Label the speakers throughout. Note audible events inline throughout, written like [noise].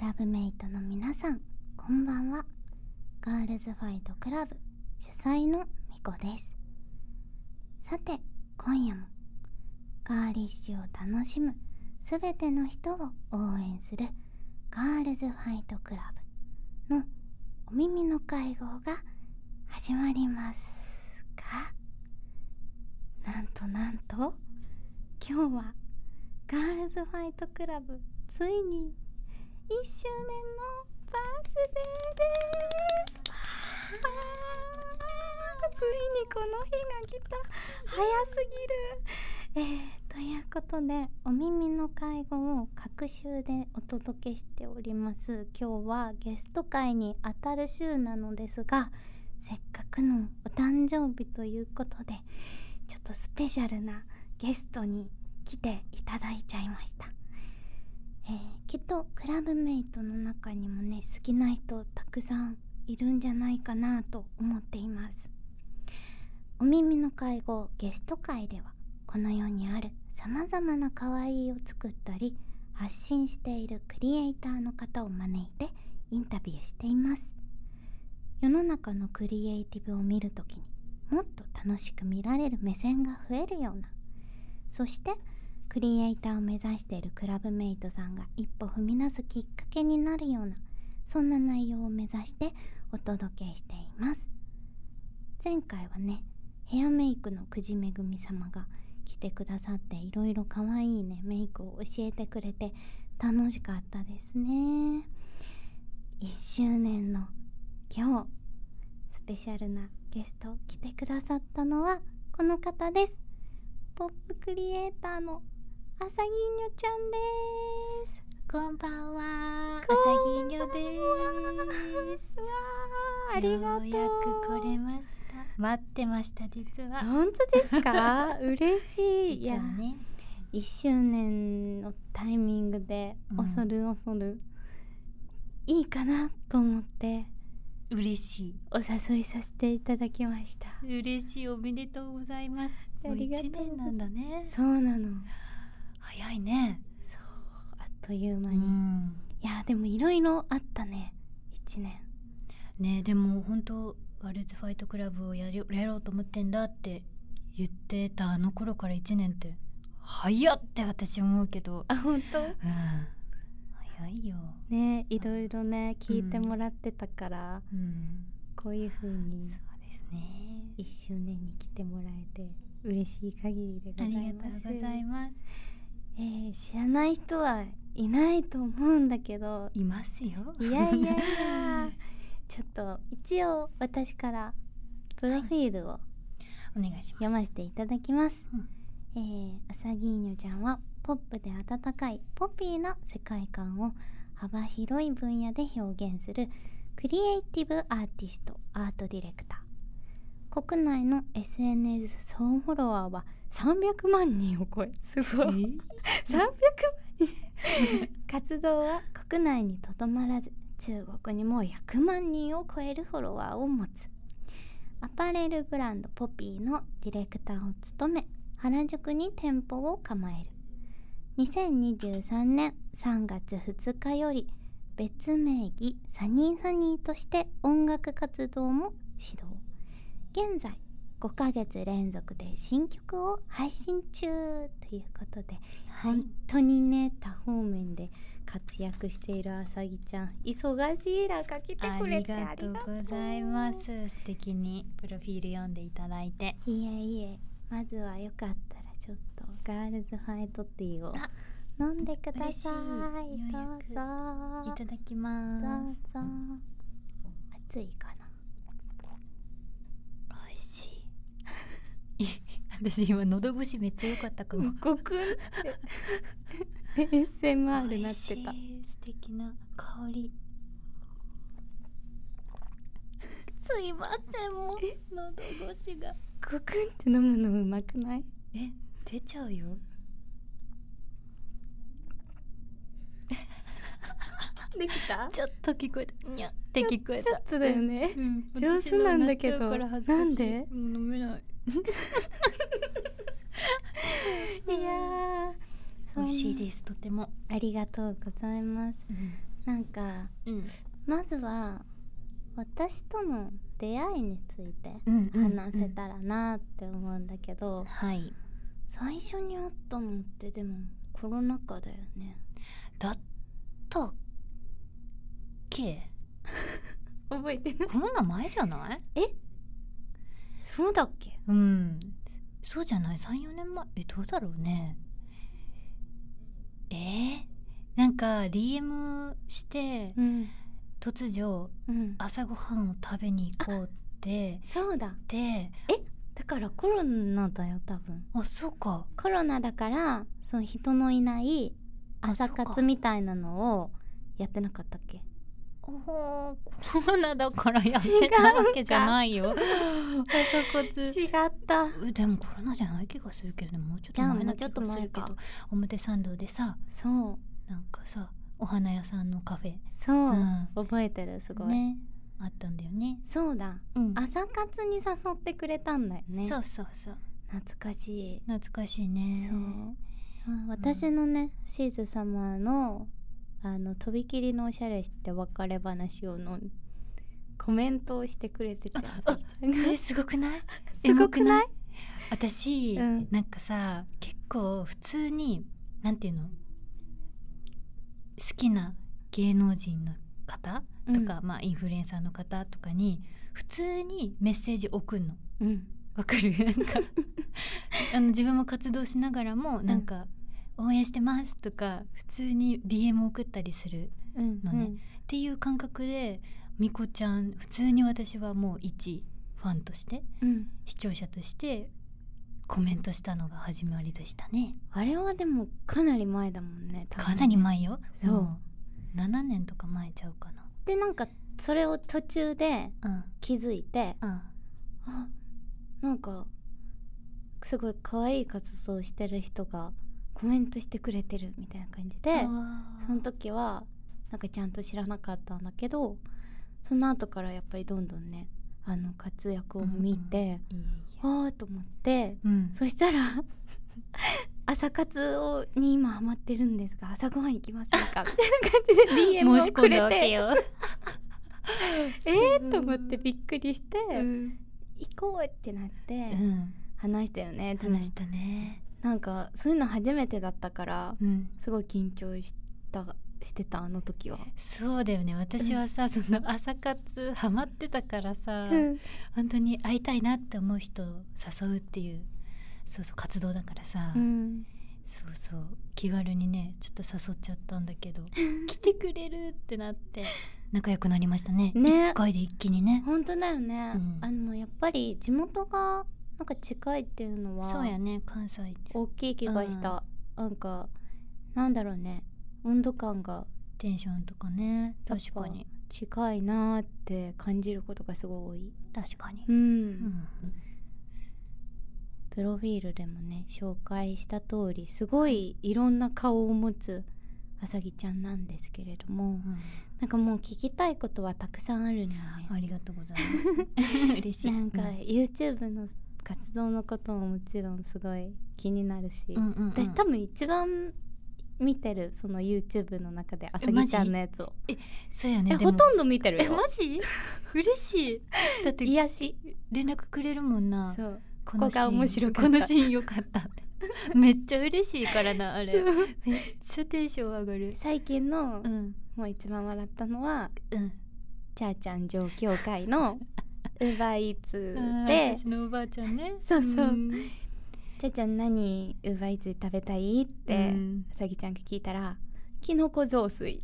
Speaker 1: ラブメイトの皆さんこんばんはガールズファイトクラブ主催のみこですさて今夜もガーリッシュを楽しむすべての人を応援するガールズファイトクラブのお耳の会合が始まりますかなんとなんと今日はガールズファイトクラブついに1周年のバースデーですあーついにこの日が来た早すぎる、えー、ということでお耳の会合を各週でお届けしております今日はゲスト会にあたる週なのですがせっかくのお誕生日ということでちょっとスペシャルなゲストに来ていただいちゃいました、えーきっとクラブメイトの中にもね好きな人たくさんいるんじゃないかなと思っていますお耳の会合ゲスト会ではこの世にあるさまざまな可愛いを作ったり発信しているクリエイターの方を招いてインタビューしています世の中のクリエイティブを見るときにもっと楽しく見られる目線が増えるようなそしてクリエイターを目指しているクラブメイトさんが一歩踏み出すきっかけになるようなそんな内容を目指してお届けしています前回はねヘアメイクの久慈めぐみ様が来てくださっていろいろ可愛いねメイクを教えてくれて楽しかったですね1周年の今日スペシャルなゲスト来てくださったのはこの方ですポップクリエイターのあさぎにょちゃんです
Speaker 2: こんばんは、あさ
Speaker 1: こ
Speaker 2: ぎ
Speaker 1: ん
Speaker 2: り
Speaker 1: ばん
Speaker 2: ょ
Speaker 1: は
Speaker 2: です。
Speaker 1: うわーありがとう
Speaker 2: ようやく来れました。待ってました、実は。
Speaker 1: 本当です
Speaker 2: [laughs]
Speaker 1: か嬉しいい
Speaker 2: 実
Speaker 1: や
Speaker 2: はね、
Speaker 1: 1周年のタイミングで
Speaker 2: うん
Speaker 1: 恐る恐る、いいかなと思って
Speaker 2: 嬉し
Speaker 1: お誘いさせていただきました
Speaker 2: い。嬉しい、おめでとうございます。も
Speaker 1: あ
Speaker 2: う
Speaker 1: り
Speaker 2: 一
Speaker 1: がとう
Speaker 2: 年なんだね。
Speaker 1: そうなの
Speaker 2: 早いね。
Speaker 1: そうあっという
Speaker 2: う
Speaker 1: 間に、い
Speaker 2: ん。
Speaker 1: やでもいろいろあったね1年
Speaker 2: ね、でも本当、ガールズファイトクラブをやりやろうと思ってんだって言ってたあの頃から一年って早っって私思うけど、
Speaker 1: あ本当
Speaker 2: うん、早いよ。
Speaker 1: ねいろいろね聞いてもらってたから、
Speaker 2: うん。
Speaker 1: こういう風に
Speaker 2: そうですね。
Speaker 1: 1周年に来てもらえて嬉しい限りでございます
Speaker 2: ます。
Speaker 1: えー知らない人はいないと思うんだけど
Speaker 2: いますよ。
Speaker 1: いやいやい [laughs] やちょっと一応私からプロフィールを
Speaker 2: お願いします。
Speaker 1: 読ませていただきます、
Speaker 2: うん
Speaker 1: えーアサギーニョちゃんはポップで温かいポピーな世界観を幅広い分野で表現するクリエイティブアーティストアートディレクター国内の SNS 総フォロワーは300万人を超えすごい300万人活動は国内にとどまらず中国にも100万人を超えるフォロワーを持つアパレルブランドポピーのディレクターを務め原宿に店舗を構える2023年3月2日より別名義サニーサニーとして音楽活動も指導現在5ヶ月連続で新曲を配信中ということで
Speaker 2: はい
Speaker 1: 本当にね多方面で活躍しているあさぎちゃん忙しい中来て
Speaker 2: あ
Speaker 1: くれ
Speaker 2: り
Speaker 1: て
Speaker 2: が
Speaker 1: あり
Speaker 2: とう
Speaker 1: がとう
Speaker 2: ございます。素敵にプロフィール読んでいただいて。
Speaker 1: いえいえまずはよかったらちょっとガールズファイトティーを
Speaker 2: あ
Speaker 1: 飲んでください
Speaker 2: 嬉しい
Speaker 1: ど
Speaker 2: よ
Speaker 1: うぞ
Speaker 2: いただき
Speaker 1: どう
Speaker 2: ます。
Speaker 1: ぞ暑いかな
Speaker 2: 美味しい。 [laughs] 私今喉越しめっちゃ良かったかも。
Speaker 1: ごくんって ASMR
Speaker 2: 美
Speaker 1: なって
Speaker 2: 味しい
Speaker 1: た
Speaker 2: 素敵な香 [laughs] り。すいませんもう喉越しが。
Speaker 1: ごくんって飲むのうまくない
Speaker 2: え出ちゃうよ。
Speaker 1: できた
Speaker 2: ちょっと聞こえた。にゃって聞こえた。
Speaker 1: ちょっとだよね
Speaker 2: うん
Speaker 1: 上手なんだけど
Speaker 2: 私のなっちゃうから恥ずかしい
Speaker 1: なんで
Speaker 2: もう飲めない。
Speaker 1: いやー
Speaker 2: 美味しい
Speaker 1: す
Speaker 2: です。とても。
Speaker 1: ありがとうございます
Speaker 2: うん
Speaker 1: なんか
Speaker 2: うん
Speaker 1: まずは私との出会いについて
Speaker 2: うんうん
Speaker 1: 話せたらなって思うんだけど、
Speaker 2: はい
Speaker 1: 最初に会ったのってでもコロナ禍だよね
Speaker 2: だったっけ
Speaker 1: 覚えてない
Speaker 2: コロナ前じゃない
Speaker 1: そうだっけ
Speaker 2: うんそうじゃない34年前えどうだろうねえー、なんか DM して
Speaker 1: うん
Speaker 2: 突如
Speaker 1: うん
Speaker 2: 朝ごはんを食べに行こうって
Speaker 1: そうだ
Speaker 2: で
Speaker 1: だからコロナだよ多分
Speaker 2: あそうか
Speaker 1: コロナだからその人のいない
Speaker 2: あ
Speaker 1: 朝
Speaker 2: そうか
Speaker 1: 活みたいなのをやってなかったっけ
Speaker 2: おーコロナだからやってたわけじゃないよ朝活
Speaker 1: 違った
Speaker 2: えでもコロナじゃない気がするけどねもうちょっと
Speaker 1: じゃあ
Speaker 2: 前
Speaker 1: も
Speaker 2: な
Speaker 1: う
Speaker 2: 気
Speaker 1: ちょっと
Speaker 2: がす
Speaker 1: 前
Speaker 2: るけ
Speaker 1: か
Speaker 2: ど表参道でさ
Speaker 1: そう
Speaker 2: なんかさお花屋さんのカフェ
Speaker 1: そう、
Speaker 2: うん
Speaker 1: 覚えてるすごい、
Speaker 2: ねあったんだよね
Speaker 1: そうだ
Speaker 2: うん
Speaker 1: 朝活に誘ってくれたんだよね
Speaker 2: そうそうそう
Speaker 1: 懐かしい、
Speaker 2: 懐かしいね
Speaker 1: そうあ私のね、シーズ様のあのとびきりのおしゃれして別れ話をのコメントをしてくれてたさきちゃん
Speaker 2: そ
Speaker 1: が
Speaker 2: れ [laughs] すごくない
Speaker 1: [laughs] すごくない
Speaker 2: エモ私、
Speaker 1: うん
Speaker 2: なんかさ結構普通になんていうの好きな芸能人の方とか、まあインフルエンサーの方とかに普通にメッセージ送んの
Speaker 1: うん
Speaker 2: わかる [laughs] なんかあの自分も活動しながらもなんか、応援してますとか普通に DM 送ったりする
Speaker 1: うん
Speaker 2: のねっていう感覚でみこちゃん普通に私はもう一ファンとして
Speaker 1: うんうん
Speaker 2: 視聴者としてコメントしたのが始まりでしたね
Speaker 1: あれはでもかなり前だもんね多分
Speaker 2: かなり前よ
Speaker 1: そう
Speaker 2: もう7年とか前ちゃうかな
Speaker 1: でなんかそれを途中で
Speaker 2: うん
Speaker 1: 気づいて
Speaker 2: うん
Speaker 1: あなんかすごい可愛い活動をしてる人がコメントしてくれてるみたいな感じでその時はなんかちゃんと知らなかったんだけどその後からやっぱりどんどんねあの活躍を見て、
Speaker 2: いえいえ
Speaker 1: ああーと思って
Speaker 2: うん
Speaker 1: そしたら [laughs] 朝活をに今ハマってるんですが朝ごはん行きませんかみたいな感
Speaker 2: [laughs] 申
Speaker 1: じ
Speaker 2: し
Speaker 1: で DM をく
Speaker 2: 込んだ
Speaker 1: れ
Speaker 2: わけ
Speaker 1: て [laughs]
Speaker 2: よ、
Speaker 1: えーと思ってびっくりして、
Speaker 2: うん
Speaker 1: 行こうってなって
Speaker 2: うん、
Speaker 1: 話したよね、でも
Speaker 2: 話したね
Speaker 1: なんかそういうの初めてだったから
Speaker 2: うん
Speaker 1: すごい緊張したしてたあの時は。
Speaker 2: そうだよね私はさ、その朝活ハマってたからさ、
Speaker 1: うん
Speaker 2: 本当に会いたいなって思う人を誘うっていうそうそう活動だからさ、
Speaker 1: うん
Speaker 2: そうそう気軽にねちょっと誘っちゃったんだけど [laughs] 来てくれるってなって仲良くなりましたね
Speaker 1: ね
Speaker 2: 1回で一気にね
Speaker 1: 本当だよね、
Speaker 2: うん
Speaker 1: あのやっぱり地元がなんか近いっていうのは
Speaker 2: そうやね関西
Speaker 1: 大きい気がした、なんかなんだろうね温度感が
Speaker 2: テンションとかね
Speaker 1: やっ
Speaker 2: 確
Speaker 1: ぱ
Speaker 2: かに
Speaker 1: 近いなーって感じることがすごい多い、
Speaker 2: 確かに
Speaker 1: う、ん
Speaker 2: うん、
Speaker 1: プロフィールでもね紹介した通りすごいいろんな顔を持つあさぎちゃんなんですけれどもなんかもう聞きたいことはたくさんあるのよね
Speaker 2: うんありがとうございます [laughs] 嬉しい
Speaker 1: なんか
Speaker 2: う
Speaker 1: YouTube の活動のことももちろんすごい気になるし、
Speaker 2: うんうんうん
Speaker 1: 私多分一番見てるその YouTube の中であさ
Speaker 2: えマ
Speaker 1: ぎ
Speaker 2: ジ
Speaker 1: ちゃんのやつを
Speaker 2: そうや
Speaker 1: え
Speaker 2: ねで
Speaker 1: ほ
Speaker 2: も
Speaker 1: とんど見てる
Speaker 2: え
Speaker 1: よ
Speaker 2: マジ [laughs] 嬉しいだって
Speaker 1: 癒し
Speaker 2: 連絡くれるもんな
Speaker 1: そう
Speaker 2: こ
Speaker 1: ここが面白かった
Speaker 2: このシーンよかったって [laughs] めっちゃ嬉しいからなあれ
Speaker 1: そう
Speaker 2: めっちゃテンション上がる
Speaker 1: [laughs] 最近の、
Speaker 2: うん
Speaker 1: もう一番笑ったのは
Speaker 2: うん
Speaker 1: チャーちゃん上京会のウーバーイーツ
Speaker 2: あー
Speaker 1: で
Speaker 2: 私のおばあちゃんね
Speaker 1: そうそうんチャーちゃん何ウーバーイーツで食べたいって
Speaker 2: うん
Speaker 1: あさぎちゃんが聞いたらきのこ雑炊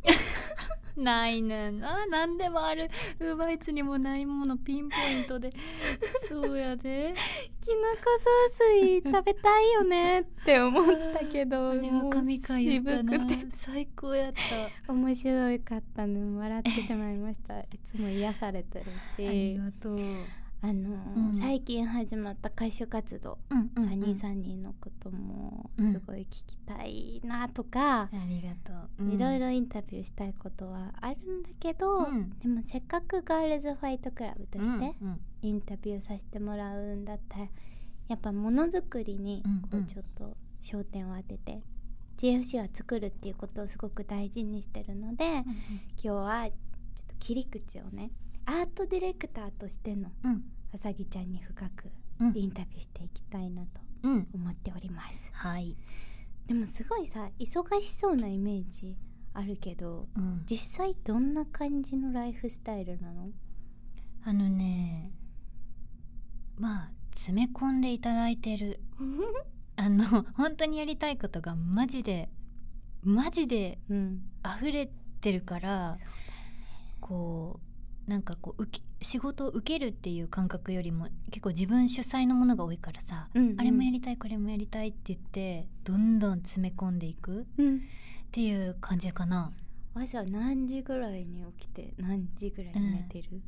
Speaker 2: ないねんな何でもあるウーバーイーツにもないものピンポイントで [laughs] そうや [laughs] で
Speaker 1: きのこ雑炊食べたいよねって思ったけど
Speaker 2: [laughs] あれは神回やった
Speaker 1: もう
Speaker 2: な
Speaker 1: 渋くて
Speaker 2: 最高やった
Speaker 1: 面白かったの笑ってしまいました
Speaker 2: [laughs]
Speaker 1: いつも癒されてる
Speaker 2: あり
Speaker 1: し
Speaker 2: がとう
Speaker 1: あのー、
Speaker 2: うん
Speaker 1: 最近始まった回収活動、
Speaker 2: うん
Speaker 1: サニーサニーのことも
Speaker 2: うん
Speaker 1: すごい聞きたいなとか、
Speaker 2: ありがとう、うん
Speaker 1: いろいろインタビューしたいことはあるんだけど、
Speaker 2: うん
Speaker 1: でもせっかくガールズファイトクラブとして
Speaker 2: うんうん
Speaker 1: インタビューさせてもらうんだったらやっぱものづくりに
Speaker 2: うん
Speaker 1: こ
Speaker 2: う
Speaker 1: うんちょっと焦点を当てて JFC は作るっていうことをすごく大事にしてるので、今日はちょっと切り口をねアートディレクターとしての
Speaker 2: うん
Speaker 1: あさぎちゃんに深く
Speaker 2: うん
Speaker 1: インタビューしていきたいなと
Speaker 2: うん
Speaker 1: 思っております、
Speaker 2: はい、
Speaker 1: でもすごいさ忙しそうなイメージあるけど
Speaker 2: うん、
Speaker 1: 実際どんな感じのライフスタイル
Speaker 2: [laughs]
Speaker 1: なの
Speaker 2: あのねまあ詰め込んでいただいてるあの [laughs] 本当にやりたいことがマジでマジで
Speaker 1: うん
Speaker 2: 溢れてるから
Speaker 1: そう
Speaker 2: こうなんかこう受け仕事を受けるっていう感覚よりも結構自分主催のものが多いからさ、
Speaker 1: うん
Speaker 2: あれもやりたいこれもやりたいって言ってどんどん詰め込んでいくっ
Speaker 1: うん
Speaker 2: ていう感じかな
Speaker 1: 朝何時ぐらいに起きて何時ぐらいに寝てる、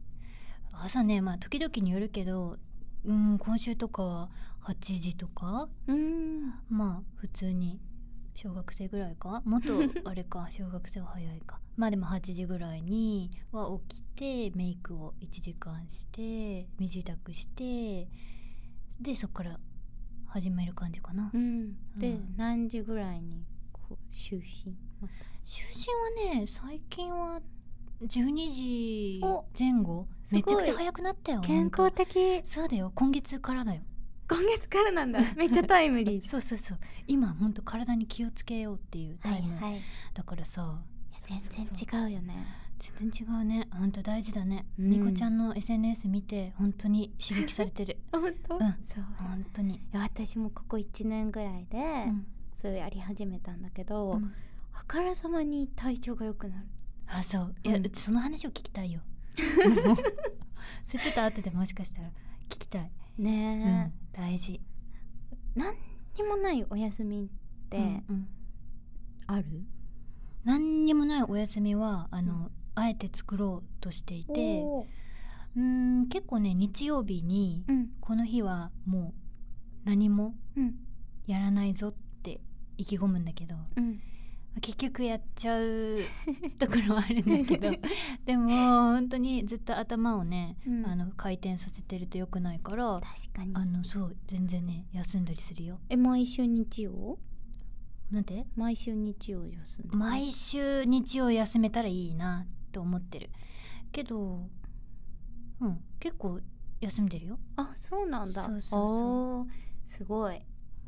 Speaker 2: 朝ねまあ時々によるけどうん今週とかは8時とか
Speaker 1: うん
Speaker 2: まあ普通に小学生ぐらいかもっとあれ
Speaker 1: [laughs]
Speaker 2: か小学生は早いかまあでも8時ぐらいには起きてメイクを1時間して身支度してでそっから始める感じかな、
Speaker 1: うん、で、
Speaker 2: うん
Speaker 1: 何時ぐらいにこう就寝ま
Speaker 2: 囚人はね最近は12時
Speaker 1: お
Speaker 2: 前後
Speaker 1: すご
Speaker 2: め
Speaker 1: い
Speaker 2: ちゃくちゃ早くなったよ
Speaker 1: た健康
Speaker 2: ほんと
Speaker 1: 的
Speaker 2: そうだよ今月からだよ
Speaker 1: 今月からなん [laughs] だめっちゃタイムリーじ
Speaker 2: そうそうそう今ほんと体に気をつけようってい
Speaker 1: ゃ
Speaker 2: う
Speaker 1: ん
Speaker 2: タイム、
Speaker 1: はいはいいや
Speaker 2: だからさそうそうそう
Speaker 1: 全然違うよね
Speaker 2: 全然違うねほんと大事だね、
Speaker 1: うん
Speaker 2: ニコちゃんの SNS 見て本当に刺激さ
Speaker 1: [laughs]
Speaker 2: れてる
Speaker 1: 本当、
Speaker 2: うん
Speaker 1: そう
Speaker 2: 本当に、
Speaker 1: いや私もここ1年ぐらいで、
Speaker 2: うん
Speaker 1: それやり始めたんだけど、
Speaker 2: うん
Speaker 1: あからさまに体調が良くなる
Speaker 2: あそういや、
Speaker 1: うん
Speaker 2: うちその話を聞きた
Speaker 1: [laughs]
Speaker 2: いよ [laughs] それちょっと後でもしかしたら聞きたい、うん
Speaker 1: ね
Speaker 2: 大事
Speaker 1: え、何にもないお休みって
Speaker 2: うんうん
Speaker 1: ある、
Speaker 2: 何にもないお休みはあの、
Speaker 1: う
Speaker 2: あえて作ろうとしていて
Speaker 1: おー
Speaker 2: うーん結構ね日曜日に、
Speaker 1: うん
Speaker 2: この日はもう何も
Speaker 1: うん
Speaker 2: やらないぞって意気込むんだけど
Speaker 1: うん
Speaker 2: 結局やっち
Speaker 1: [laughs]
Speaker 2: ゃうところはあるんだけどでも本当にずっと頭をね、
Speaker 1: うん
Speaker 2: あの回転させてると良くないから
Speaker 1: 確かに
Speaker 2: あのそう全然ね休んだりするよ。
Speaker 1: え毎週日曜
Speaker 2: なんで
Speaker 1: 毎週日曜休んでる
Speaker 2: 毎週日曜休めたらいいなと思ってるけどうん結構休んでるよ
Speaker 1: あそうなんだ
Speaker 2: そうそうそう
Speaker 1: おーすごい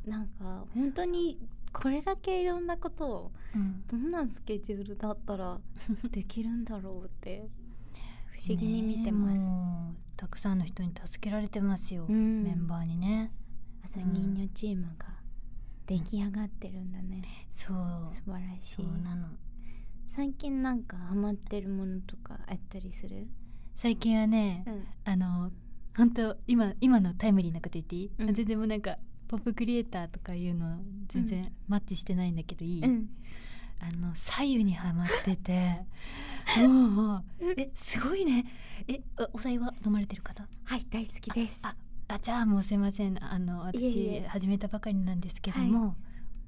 Speaker 1: なんか
Speaker 2: そう
Speaker 1: 本当にこれだけいろんなことを
Speaker 2: うん
Speaker 1: どんなスケジュールだったらできるんだろうって
Speaker 2: [laughs]
Speaker 1: 不思議に見てます、
Speaker 2: ねえもうたくさんの人に助けられてますよ、
Speaker 1: うん
Speaker 2: メンバーにね
Speaker 1: 朝人魚チームが出来上がってるんだね、
Speaker 2: そう
Speaker 1: 素晴らし
Speaker 2: そ
Speaker 1: いう
Speaker 2: なの
Speaker 1: 最近なんかハマってるものとかあったりする
Speaker 2: 最近はね、
Speaker 1: ん
Speaker 2: あの本当今今のタイムリーなこと言っていい、
Speaker 1: うん
Speaker 2: 全然もうなんかポップクリエイターとかいうの全
Speaker 1: う
Speaker 2: 然マッチしてないんだけどいい、
Speaker 1: うん
Speaker 2: あの左右にはまって [laughs] てもうえすごいねえあお酒は飲まれてる方
Speaker 1: はい大好きです
Speaker 2: ああじゃあもうすいませんあの私
Speaker 1: いえいえ
Speaker 2: 始めたばかりなんですけども、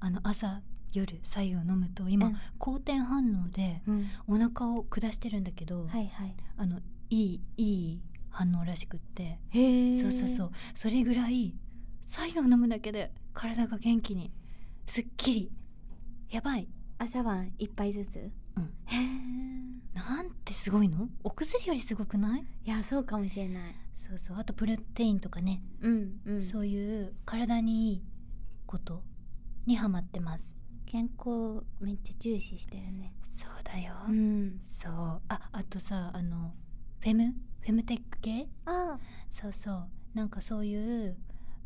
Speaker 2: あの朝夜左右を飲むと今、
Speaker 1: うん
Speaker 2: 好転反応で
Speaker 1: うん
Speaker 2: お腹を下してるんだけど、
Speaker 1: はいはい
Speaker 2: あのいいいい反応らしくって、
Speaker 1: へ
Speaker 2: そうそうそうそれぐらい左右を飲むだけで体が元気にすっきりやばい
Speaker 1: 朝晩一杯ずつ
Speaker 2: うん
Speaker 1: へー
Speaker 2: なんてすごいのお薬よりすごくない
Speaker 1: いやそうかもしれない
Speaker 2: そうそうあとプロテインとかね、
Speaker 1: うんうん
Speaker 2: そういう体にいいことにハマってます
Speaker 1: 健康めっちゃ重視してるね
Speaker 2: そうだよ
Speaker 1: うん
Speaker 2: そうああとさあのフェムフェムテック系
Speaker 1: あ
Speaker 2: そうそうなんかそういう、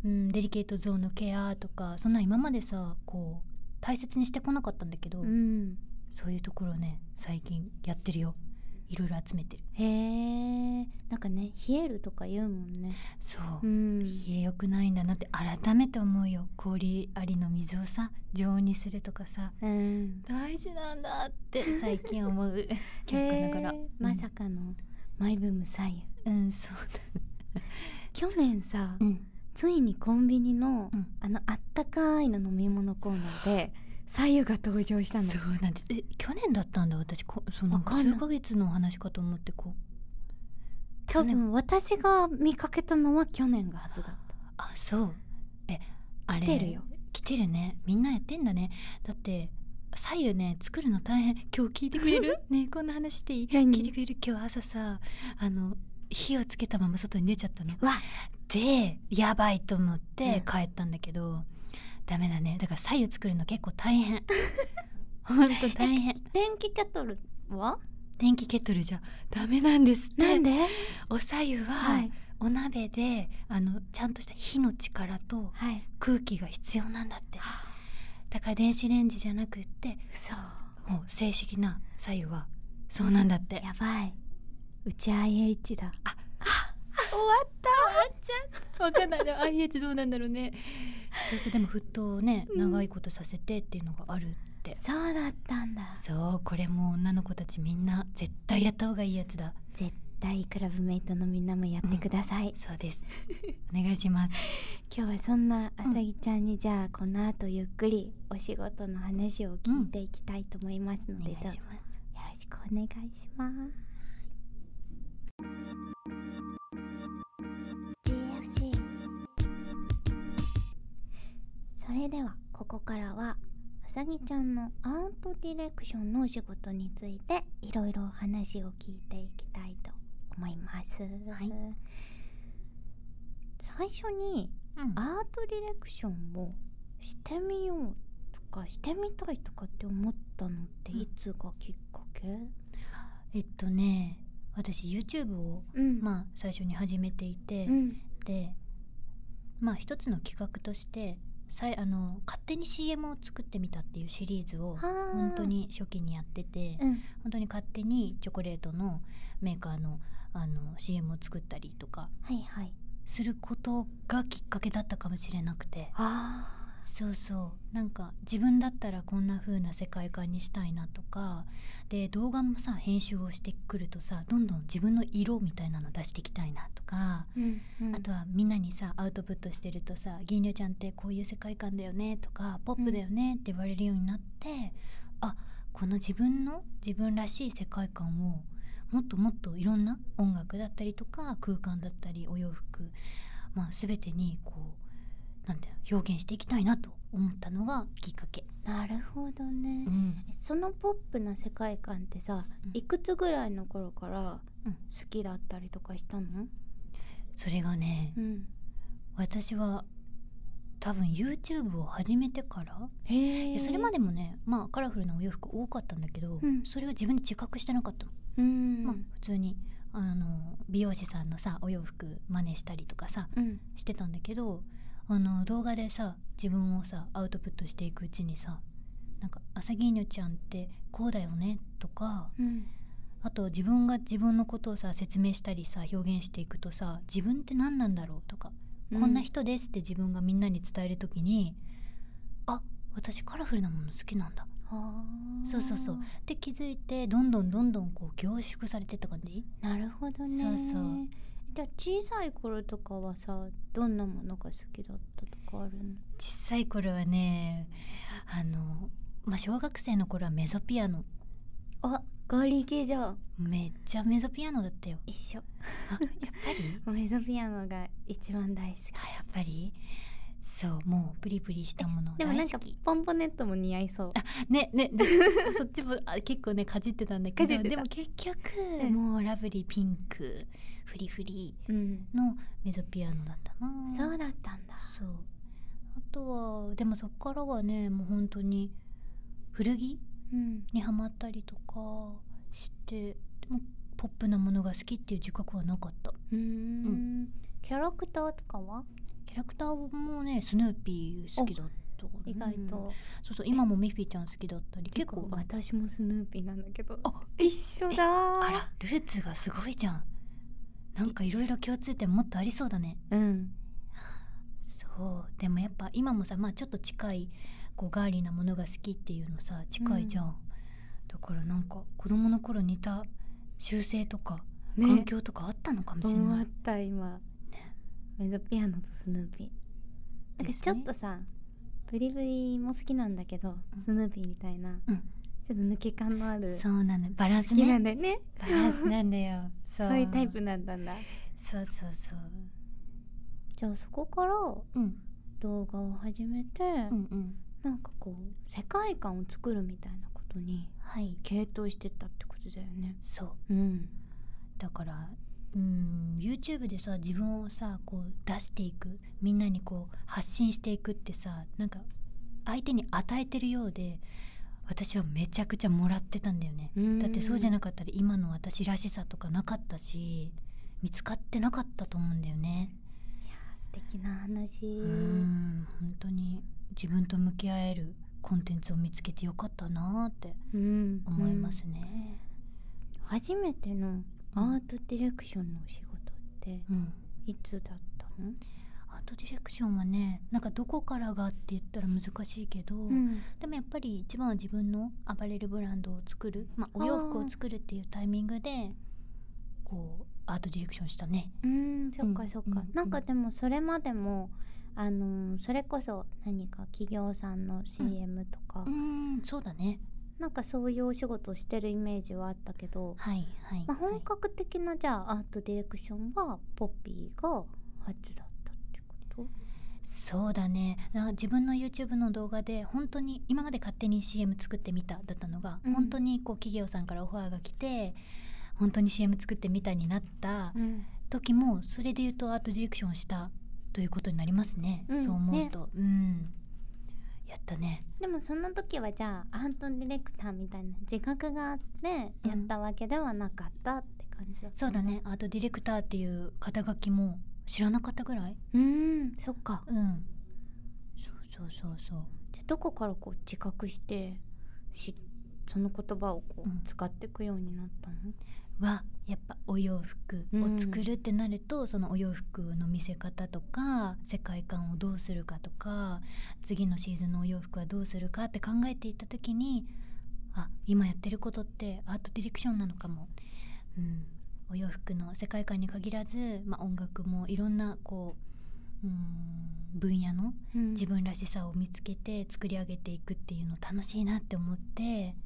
Speaker 2: うん、デリケートゾーンのケアとかそんなん今までさこう大切にしてこなかったんだけど、
Speaker 1: うん
Speaker 2: そういうところね最近やってるよいろいろ集めてる
Speaker 1: へえなんかね冷えるとか言うもんね
Speaker 2: そ
Speaker 1: う
Speaker 2: う、
Speaker 1: ん
Speaker 2: 冷えよくないんだなって改めて思うよ氷ありの水をさ常温にするとかさ
Speaker 1: うん
Speaker 2: 大事なんだって最近思
Speaker 1: [laughs]
Speaker 2: う
Speaker 1: へ
Speaker 2: なか
Speaker 1: え
Speaker 2: なから
Speaker 1: まさかのマイブーム左右
Speaker 2: うん、うんそう
Speaker 1: 去年さ
Speaker 2: だうん
Speaker 1: ついにコンビニの
Speaker 2: うん
Speaker 1: あのあったかいの飲み物コーナーで左右が登場したの
Speaker 2: そうなんですえ去年だったんだ私こその
Speaker 1: わかんない
Speaker 2: 数ヶ月の話かと思ってこう
Speaker 1: 多分私が見かけたのは去年が初だった
Speaker 2: あそうえあれ
Speaker 1: 来てるよ
Speaker 2: 来てるねみんなやってんだねだって左右ね作るの大変今日聞いてく
Speaker 1: [laughs]
Speaker 2: れるねえこんな話していい
Speaker 1: 何
Speaker 2: 聞いてくれる今日朝さあの火をつけたまま外に出ちゃったの
Speaker 1: わ
Speaker 2: でやばいと思っ
Speaker 1: うん
Speaker 2: て帰ったんだけど、ダメだねだから左右作るの結構大 [laughs] 変ほんと大変
Speaker 1: 電気ケトルは
Speaker 2: 電気ケトルじゃダメなんですって
Speaker 1: なんで、
Speaker 2: お左右
Speaker 1: は
Speaker 2: はいお鍋であのちゃんとした火の力と
Speaker 1: はい
Speaker 2: 空気が必要なんだって
Speaker 1: はあ
Speaker 2: だから電子レンジじゃなくって
Speaker 1: 嘘
Speaker 2: もう正式な左右はそうなんだって
Speaker 1: やばいうち IH だ
Speaker 2: あ
Speaker 1: 終わった
Speaker 2: わかんないでも IH どうなんだろうねそしてでも沸騰をね
Speaker 1: うん
Speaker 2: 長いことさせてっていうのがあるって、
Speaker 1: そうだったんだ
Speaker 2: そうこれもう女の子たちみんな絶対やった方がいいやつだ
Speaker 1: 絶対クラブメイトのみんなもやってください、
Speaker 2: そうですお願いします
Speaker 1: 今日はそんなあさぎちゃんに、じゃあこの後ゆっくりお仕事の話を聞いていきたいと思いますの
Speaker 2: お願
Speaker 1: で、
Speaker 2: い
Speaker 1: どうぞ
Speaker 2: し
Speaker 1: よ
Speaker 2: ます
Speaker 1: ろしくお願いします。GFC それではここからはあさぎちゃんのアートディレクションのお仕事についていろいろお話を聞いていきたいと思います。
Speaker 2: い
Speaker 1: 最初に
Speaker 2: うん
Speaker 1: アートディレクションをしてみようとかしてみたいとかって思ったのって
Speaker 2: うん
Speaker 1: いつがきっかけ、
Speaker 2: えっとね私 YouTube を
Speaker 1: うんあ、
Speaker 2: まあ最初に始めていて、
Speaker 1: うん、
Speaker 2: でまあ一つの企画としてさいあの勝手に CM を作ってみたっていうシリーズを本
Speaker 1: 本
Speaker 2: 当、に初期にやってて、
Speaker 1: うん、
Speaker 2: 本当に勝手にチョコレートのメーカーのあの CM を作ったりとか
Speaker 1: はいはい
Speaker 2: することがきっかけだったかもしれなくて
Speaker 1: あ
Speaker 2: そうそうなんか自分だったらこんな風な世界観にしたいなとかで動画もさ編集をしてくるとさどんどん自分の色みたいなの出していきたいなとか。
Speaker 1: うん、うん、
Speaker 2: あとはみんなにさアウトプットしてるとさ「銀龍ちゃんってこういう世界観だよね」とか「ポップだよね」って言われるようになって、あこの自分の自分らしい世界観をもっともっといろんな音楽だったりとか空間だったりお洋服、まあ、全てにこうなんていうの表現していきたいなと思ったのがきっかけ。
Speaker 1: なるほどね、
Speaker 2: うん
Speaker 1: えそのポップな世界観ってさ、
Speaker 2: うん
Speaker 1: いくつぐらいの頃から
Speaker 2: うん
Speaker 1: 好きだったりとかしたの
Speaker 2: それがね、
Speaker 1: うん
Speaker 2: 私は多分 YouTube を始めてから
Speaker 1: へ
Speaker 2: いやそれま
Speaker 1: で
Speaker 2: でもねまあカラフルなお洋服多かったんだけど、
Speaker 1: うん
Speaker 2: それは自分で自覚してなかったの、
Speaker 1: うん、
Speaker 2: まあ普通にあの美容師さんのさお洋服真似したりとかさ
Speaker 1: うん
Speaker 2: してたんだけどあの動画でさ自分をさアウトプットしていくうちにさなんか「朝銀女ちゃんってこうだよね」とか
Speaker 1: うん
Speaker 2: あと自分が自分のことをさ説明したりさ表現していくとさ自分って何なんだろうとかこんな人ですって自分がみんなに伝えるときに、あ私カラフルなもの好きなんだ
Speaker 1: あー
Speaker 2: そうそうそうって気づいてどんどんどんどんこう凝縮されてった感じ
Speaker 1: なるほどね
Speaker 2: そうそう
Speaker 1: じゃあ小さい頃とかはさどんなものが好きだったとかあるの
Speaker 2: 小さい頃はねあの、まあ、小学生の頃はメゾピアノ
Speaker 1: あ合力じゃん
Speaker 2: めっちゃメゾピアノだったよ
Speaker 1: 一緒
Speaker 2: あやっぱ
Speaker 1: [laughs]
Speaker 2: り
Speaker 1: メゾピアノが一番大好き
Speaker 2: あやっぱりそうもうプリプリしたも
Speaker 1: [laughs]
Speaker 2: の
Speaker 1: でもなん
Speaker 2: 大
Speaker 1: か
Speaker 2: 好き
Speaker 1: ポンポネットも似合いそう
Speaker 2: ねねそっちもあ結構ねかじってたんだけ
Speaker 1: かじっ
Speaker 2: ど
Speaker 1: てた
Speaker 2: でも結局、
Speaker 1: うん
Speaker 2: もうラブリーピンクフリフリ
Speaker 1: うん
Speaker 2: のメゾピアノだったな
Speaker 1: そうだったんだ
Speaker 2: そうあとはでもそっからはねもう本当に古着
Speaker 1: うん
Speaker 2: にハマったりとかしてでもポップなものが好きっていう自覚はなかった
Speaker 1: うーんキャラクターとかは
Speaker 2: キャラクターもねスヌーピー好きだったかな
Speaker 1: 意外と、
Speaker 2: そうそう今もミッフィーちゃん好きだったり結
Speaker 1: 結構
Speaker 2: 構
Speaker 1: 私もスヌーピーなんだけど
Speaker 2: あ
Speaker 1: 一緒だー
Speaker 2: あらルーツがすごいじゃんなんかいろいろ共通点もっとありそうだね
Speaker 1: うん
Speaker 2: そうでもやっぱ今もさまあちょっと近いこうガーリーなものが好きっていうのさ近いじゃん、だからなんか子供の頃似た習性とか環
Speaker 1: ね
Speaker 2: 境とかあったのかもしれない、
Speaker 1: 思った今メゾピアノとスヌーピーなんか
Speaker 2: です
Speaker 1: ちょ
Speaker 2: ね
Speaker 1: っとさ、ブリブリも好きなんだけど、
Speaker 2: うん
Speaker 1: スヌーピーみたいな、
Speaker 2: うん
Speaker 1: ちょっと抜け感のある
Speaker 2: そ
Speaker 1: 好
Speaker 2: うなんだバランス
Speaker 1: きな
Speaker 2: ね
Speaker 1: んだよね
Speaker 2: バランスなんだよ
Speaker 1: [laughs] そういうタイプなんだんだ
Speaker 2: そうそうそう、
Speaker 1: じゃあそこから
Speaker 2: うん、
Speaker 1: 動画を始めて、
Speaker 2: うんうん
Speaker 1: なんかこう世界観を作るみたいなことに
Speaker 2: はい
Speaker 1: 傾倒してったってことだよね。
Speaker 2: そう
Speaker 1: うん、
Speaker 2: だからうん YouTube でさ自分をさこう出していくみんなにこう発信していくってさなんか相手に与えてるようで私はめちゃくちゃもらってたんだよねだってそうじゃな
Speaker 1: く
Speaker 2: かったら今の私らしさとかなかったし見つかってなかったと思うんだよね。
Speaker 1: いやー素敵な話。
Speaker 2: うーん本当に自分と向き合えるコンテンツを見つけてよかったなーって
Speaker 1: うん
Speaker 2: 思います
Speaker 1: うん
Speaker 2: ね。
Speaker 1: 初めてのアートディレクションのお仕事って
Speaker 2: うん
Speaker 1: いつだったの？
Speaker 2: アートディレクションはねなんかどこからがって言ったら難しいけど、
Speaker 1: ん、
Speaker 2: でもやっぱり一番は自分のアパレルブランドを作る、まあ、
Speaker 1: あー
Speaker 2: お洋服を作るっていうタイミングでこうアートディレクションしたね。
Speaker 1: うん、そっ
Speaker 2: う
Speaker 1: か
Speaker 2: ん
Speaker 1: そっか、
Speaker 2: うん
Speaker 1: なんかでもそれまでもあのーそれこそ何か企業さんの CM とか、
Speaker 2: うーんそうだね
Speaker 1: なんかそういうお仕事をしてるイメージはあったけど、
Speaker 2: はいはい、
Speaker 1: まあ、
Speaker 2: は
Speaker 1: 本
Speaker 2: い
Speaker 1: 格的なじゃあアートディレクションはポッピーが初だったってこと
Speaker 2: そうだねな自分の YouTube の動画で本当に今まで勝手に CM 作ってみただったのが、
Speaker 1: うん
Speaker 2: 本当にこう企業さんからオファーが来て本当に CM 作ってみたになった
Speaker 1: うん、
Speaker 2: 時もそれで言うとアートディレクションをしたということになりますね、
Speaker 1: うん
Speaker 2: そう思うと、うんやったね
Speaker 1: でもその時はじゃあアートディレクターみたいな自覚があってやったわけではなかったって感じだった
Speaker 2: そうだねアートディレクターっていう肩書きも知らなかったぐらい
Speaker 1: うんそっか
Speaker 2: うんそうそうそうそう
Speaker 1: じゃあどこからこう自覚してしその言葉をこ
Speaker 2: うん
Speaker 1: う使っていくようになったの、
Speaker 2: はやっぱお洋服を作るってなると、そのお洋服の見せ方とか世界観をどうするかとか次のシーズンのお洋服はどうするかって考えていった時にあ今やってることってアートディレクションなのかも。うんお洋服の世界観に限らず、まあ、音楽もいろんなこううん分野の自分らしさを見つけて作り上げていくっていうの楽しいなって思って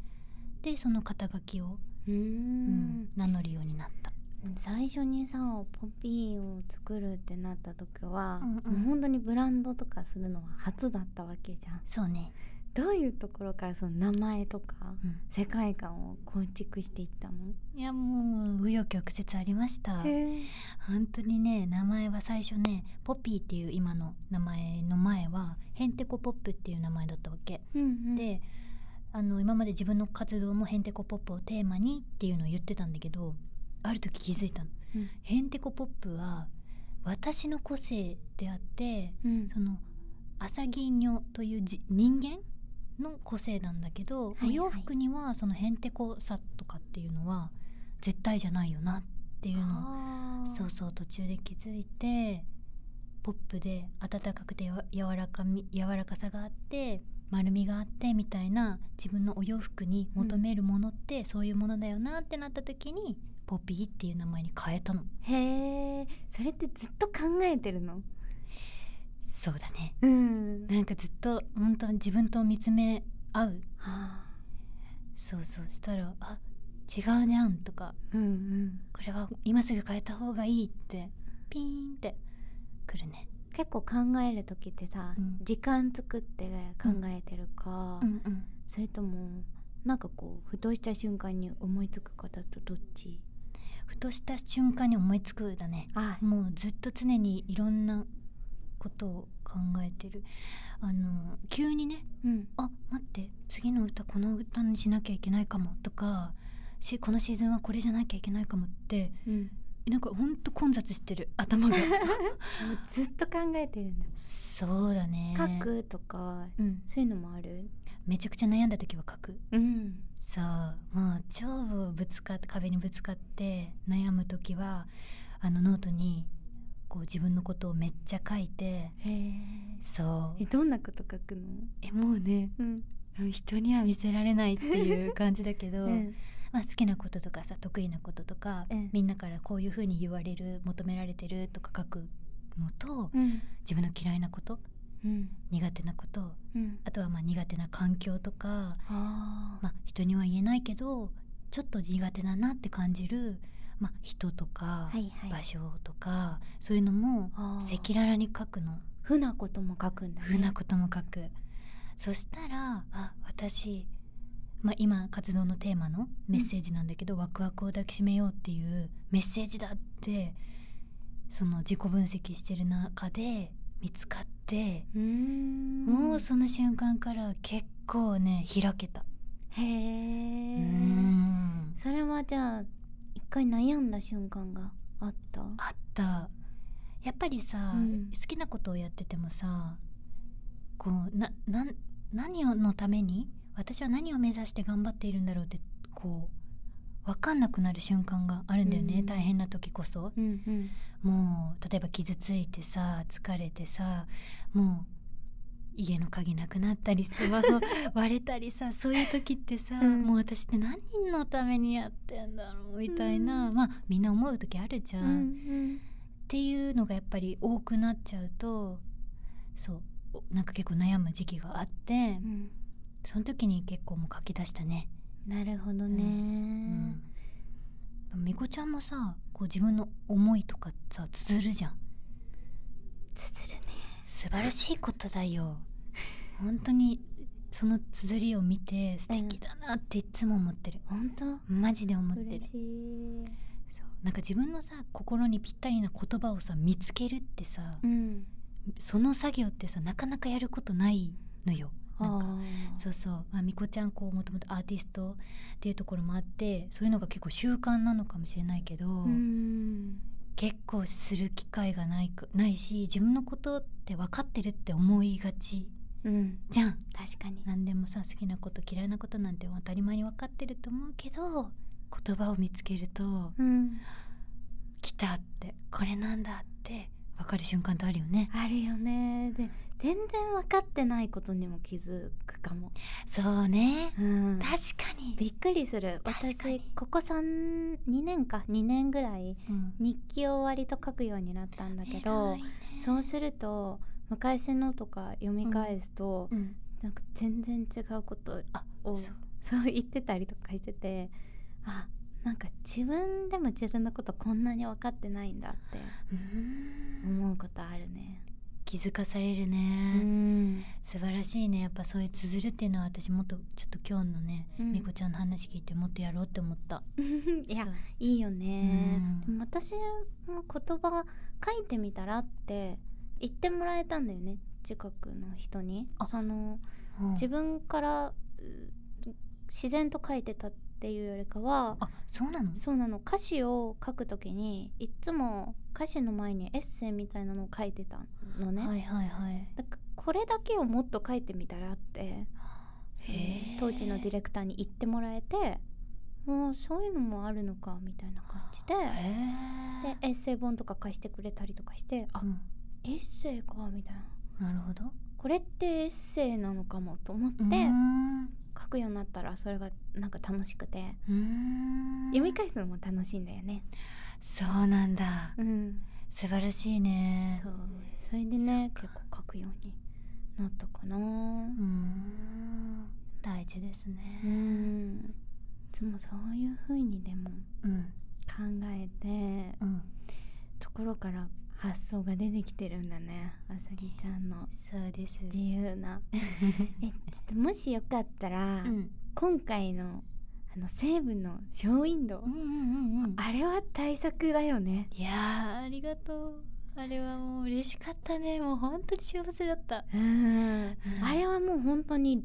Speaker 2: でその肩書きを、
Speaker 1: うー
Speaker 2: うん
Speaker 1: ん
Speaker 2: 名乗るようになった。
Speaker 1: 最初にさポピーを作るってなった時は、
Speaker 2: うんうん
Speaker 1: もう本当にブランドとかするのは初だったわけじゃん
Speaker 2: そうね、
Speaker 1: どういうところからその名前とか
Speaker 2: うん
Speaker 1: 世界観を構築していったの、
Speaker 2: いやもう紆余曲折ありました本当にね名前は最初ねポピーっていう今の名前の前はヘンテコポップっていう名前だったわけ、
Speaker 1: うんうん、
Speaker 2: であの今まで自分の活動もヘンテコポップをテーマにっていうのを言ってたんだけどある時気づいたの
Speaker 1: うん
Speaker 2: ヘンテコポップは私の個性であって
Speaker 1: うん
Speaker 2: そのアサギーニョというじ人間の個性なんだけど、
Speaker 1: はいはい
Speaker 2: お洋服にはそのへんてこさとかっていうのは絶対じゃないよなっていうの
Speaker 1: あー
Speaker 2: をそうそう途中で気づいてポップで温かくてやわ柔らかみ柔らかさがあって丸みがあってみたいな自分のお洋服に求めるものってそういうものだよなってなった時に、ポピーっていう名前に変えたの。
Speaker 1: へえそれってずっと考えてるの
Speaker 2: そうだね
Speaker 1: うん
Speaker 2: なんかずっと本当に自分と見つめ合う
Speaker 1: はあ
Speaker 2: そうそうしたら「あ違うじゃん」とか
Speaker 1: うんうん
Speaker 2: 「これは今すぐ変えた方がいい」ってピーンってくるね。
Speaker 1: 結構考える時ってさ、
Speaker 2: うん
Speaker 1: 時間作って考えてるか、
Speaker 2: うんうん、
Speaker 1: それともなんかこうふとした瞬間に思いつく方とどっち
Speaker 2: ふとした瞬間に思いつくだね。
Speaker 1: あ
Speaker 2: もうずっと常にいろんなことを考えてる。あの急にね
Speaker 1: うん
Speaker 2: 「あ待って次の歌この歌にしなきゃいけないかも」とかし「このシーズンはこれじゃなきゃいけないかも」って
Speaker 1: うん
Speaker 2: なんかほんと混雑してる頭 [laughs]
Speaker 1: も
Speaker 2: が。
Speaker 1: うずっと考えてるんだ、
Speaker 2: そうだね。
Speaker 1: 書くとか
Speaker 2: うん、
Speaker 1: そういうのもある
Speaker 2: めちゃくちゃ悩んだ時は書く。
Speaker 1: うん
Speaker 2: そうもう超ぶつかって壁にぶつかって悩む時はあのノートにこう自分のことをめっちゃ書いて
Speaker 1: へ
Speaker 2: そう
Speaker 1: えどんなこと書くの
Speaker 2: えもうね
Speaker 1: うん、
Speaker 2: 人には見せられないっていう感じだけど、 [laughs]
Speaker 1: うん
Speaker 2: まあ、好きなこととかさ得意なこととか、
Speaker 1: うん
Speaker 2: みんなからこういうふうに言われる求められてるとか書くのと
Speaker 1: うん
Speaker 2: 自分の嫌いなこと
Speaker 1: うん
Speaker 2: 苦手なこと
Speaker 1: うん
Speaker 2: あとはまあ苦手な環境とか
Speaker 1: あ
Speaker 2: まあ、人には言えないけどちょっと苦手だなって感じる、まあ、人とか、
Speaker 1: はいはい
Speaker 2: 場所とかそういうのも
Speaker 1: あー
Speaker 2: 赤裸々に書くの
Speaker 1: ふなことも書くんだ、ね、
Speaker 2: ふうなことも書くそしたらあ私、まあ、今活動のテーマのメッセージなんだけど、ワクワクを抱きしめようっていうメッセージだってその自己分析してる中で見つかって、
Speaker 1: うーん
Speaker 2: もうその瞬間から結構ね開けた。
Speaker 1: へ
Speaker 2: う
Speaker 1: え
Speaker 2: ーん
Speaker 1: それはじゃあ一回悩んだ瞬間があった
Speaker 2: あったやっぱりさ、
Speaker 1: うん
Speaker 2: 好きなことをやっててもさこうななん何をのために私は何を目指して頑張っているんだろうってこう分かんなくなる瞬間があるんだよね、
Speaker 1: うん
Speaker 2: 大変な時こそ。
Speaker 1: うんうん
Speaker 2: もう例えば傷ついてさ疲れてさもう家の鍵なくなった
Speaker 1: [laughs]
Speaker 2: りスマホ割れたりさそういう時ってさ、
Speaker 1: うん
Speaker 2: もう私って何のためにやってんだろうみたいな、
Speaker 1: うん
Speaker 2: まあみんな思う時あるじゃ。
Speaker 1: うんん
Speaker 2: っていうのがやっぱり多くなっちゃうとそうおなんか結構悩む時期があって、
Speaker 1: うん
Speaker 2: その時に結構もう書き出したね。
Speaker 1: なるほどね、
Speaker 2: うんみこちゃんもさこう自分の思いとかさ綴るじゃん
Speaker 1: つづるね
Speaker 2: 素晴らしいことだよ本当にその綴りを見て素敵だなっていつも思ってる、
Speaker 1: 本当
Speaker 2: マジで思ってる
Speaker 1: 嬉しい
Speaker 2: そうなんか自分のさ心にぴったりな言葉をさ見つけるってさ、
Speaker 1: うん
Speaker 2: その作業ってさなかなかやることないのよなんか
Speaker 1: あー
Speaker 2: そうそう、まあ、みこちゃんこうもともとアーティストっていうところもあってそういうのが結構習慣なのかもしれないけど、
Speaker 1: うん
Speaker 2: 結構する機会がないくないし自分のことって分かってるって思いがち
Speaker 1: うん
Speaker 2: じゃん
Speaker 1: 確かに
Speaker 2: 何でもさ好きなこと嫌いなことなんて当たり前に分かってると思うけど言葉を見つけると
Speaker 1: うん
Speaker 2: 「来た」って「これなんだ」って分かる瞬間ってあるよね。
Speaker 1: あるよねで全然分かってないことにも気づくかも、
Speaker 2: そうね
Speaker 1: うん
Speaker 2: 確かに、
Speaker 1: びっくりする
Speaker 2: 確かに
Speaker 1: 私ここ3 2年か2年ぐらい
Speaker 2: うん、
Speaker 1: 日記を割と書くようになったんだけ
Speaker 2: 偉
Speaker 1: ど
Speaker 2: いね
Speaker 1: そうすると昔のとか読み返すと、
Speaker 2: うん
Speaker 1: なんか全然違うこと
Speaker 2: あ
Speaker 1: を
Speaker 2: そう
Speaker 1: そう言ってたりとかしててあなんか自分でも自分のことこんなに分かってないんだって
Speaker 2: うーん
Speaker 1: 思うことあるね。
Speaker 2: 気づかされる
Speaker 1: う
Speaker 2: ね、
Speaker 1: ん
Speaker 2: 素晴らしいねやっぱそういう綴るっていうのは私もっとちょっと今日のね、
Speaker 1: うん
Speaker 2: みこちゃんの話聞いてもっとやろうって思った。
Speaker 1: [laughs] いや
Speaker 2: そう
Speaker 1: いいよね
Speaker 2: うん。
Speaker 1: でも私も言葉書いてみたらって言ってもらえたんだよね近くの人に
Speaker 2: あ。
Speaker 1: その
Speaker 2: うん
Speaker 1: 自分からう自然と書いてたっていうよりかは
Speaker 2: あそうなの
Speaker 1: そうなの歌詞を書くときにいっつも歌詞の前にエッセイみたいなのを書いてたのね。
Speaker 2: はいはいはい。
Speaker 1: だからこれだけをもっと書いてみたらってその
Speaker 2: へー
Speaker 1: 当時のディレクターに言ってもらえてもうそういうのもあるのかみたいな感じで
Speaker 2: へ
Speaker 1: でエッセイ本とか貸してくれたりとかしてあ、
Speaker 2: うん
Speaker 1: エッセイかみたいな
Speaker 2: なるほど。
Speaker 1: これってエッセイなのかもと思って
Speaker 2: うーんう
Speaker 1: 書くようになったらそれがなんか楽しくて
Speaker 2: ーん
Speaker 1: 読み返すのも楽しいんだよね。
Speaker 2: そうなんだ。
Speaker 1: うん、
Speaker 2: 素晴らしいね。
Speaker 1: そうそれでね結構書くようになったかな。
Speaker 2: うーん大事です
Speaker 1: う
Speaker 2: ね。
Speaker 1: ん、いつもそういう風にでも
Speaker 2: うん
Speaker 1: 考えて
Speaker 2: うん。
Speaker 1: ところから発想が出てきてるんだねあさぎちゃんの
Speaker 2: そうです。
Speaker 1: 自由 [laughs] なえちょっともしよかったら、
Speaker 2: うん
Speaker 1: 今回のあの西部のショーウィンドウ、
Speaker 2: うんうんうんうん。
Speaker 1: あれは対策だよね
Speaker 2: いやーありがとう。あれはもう嬉しかったね。もう本当に幸せだった。
Speaker 1: うんあれはもう本当に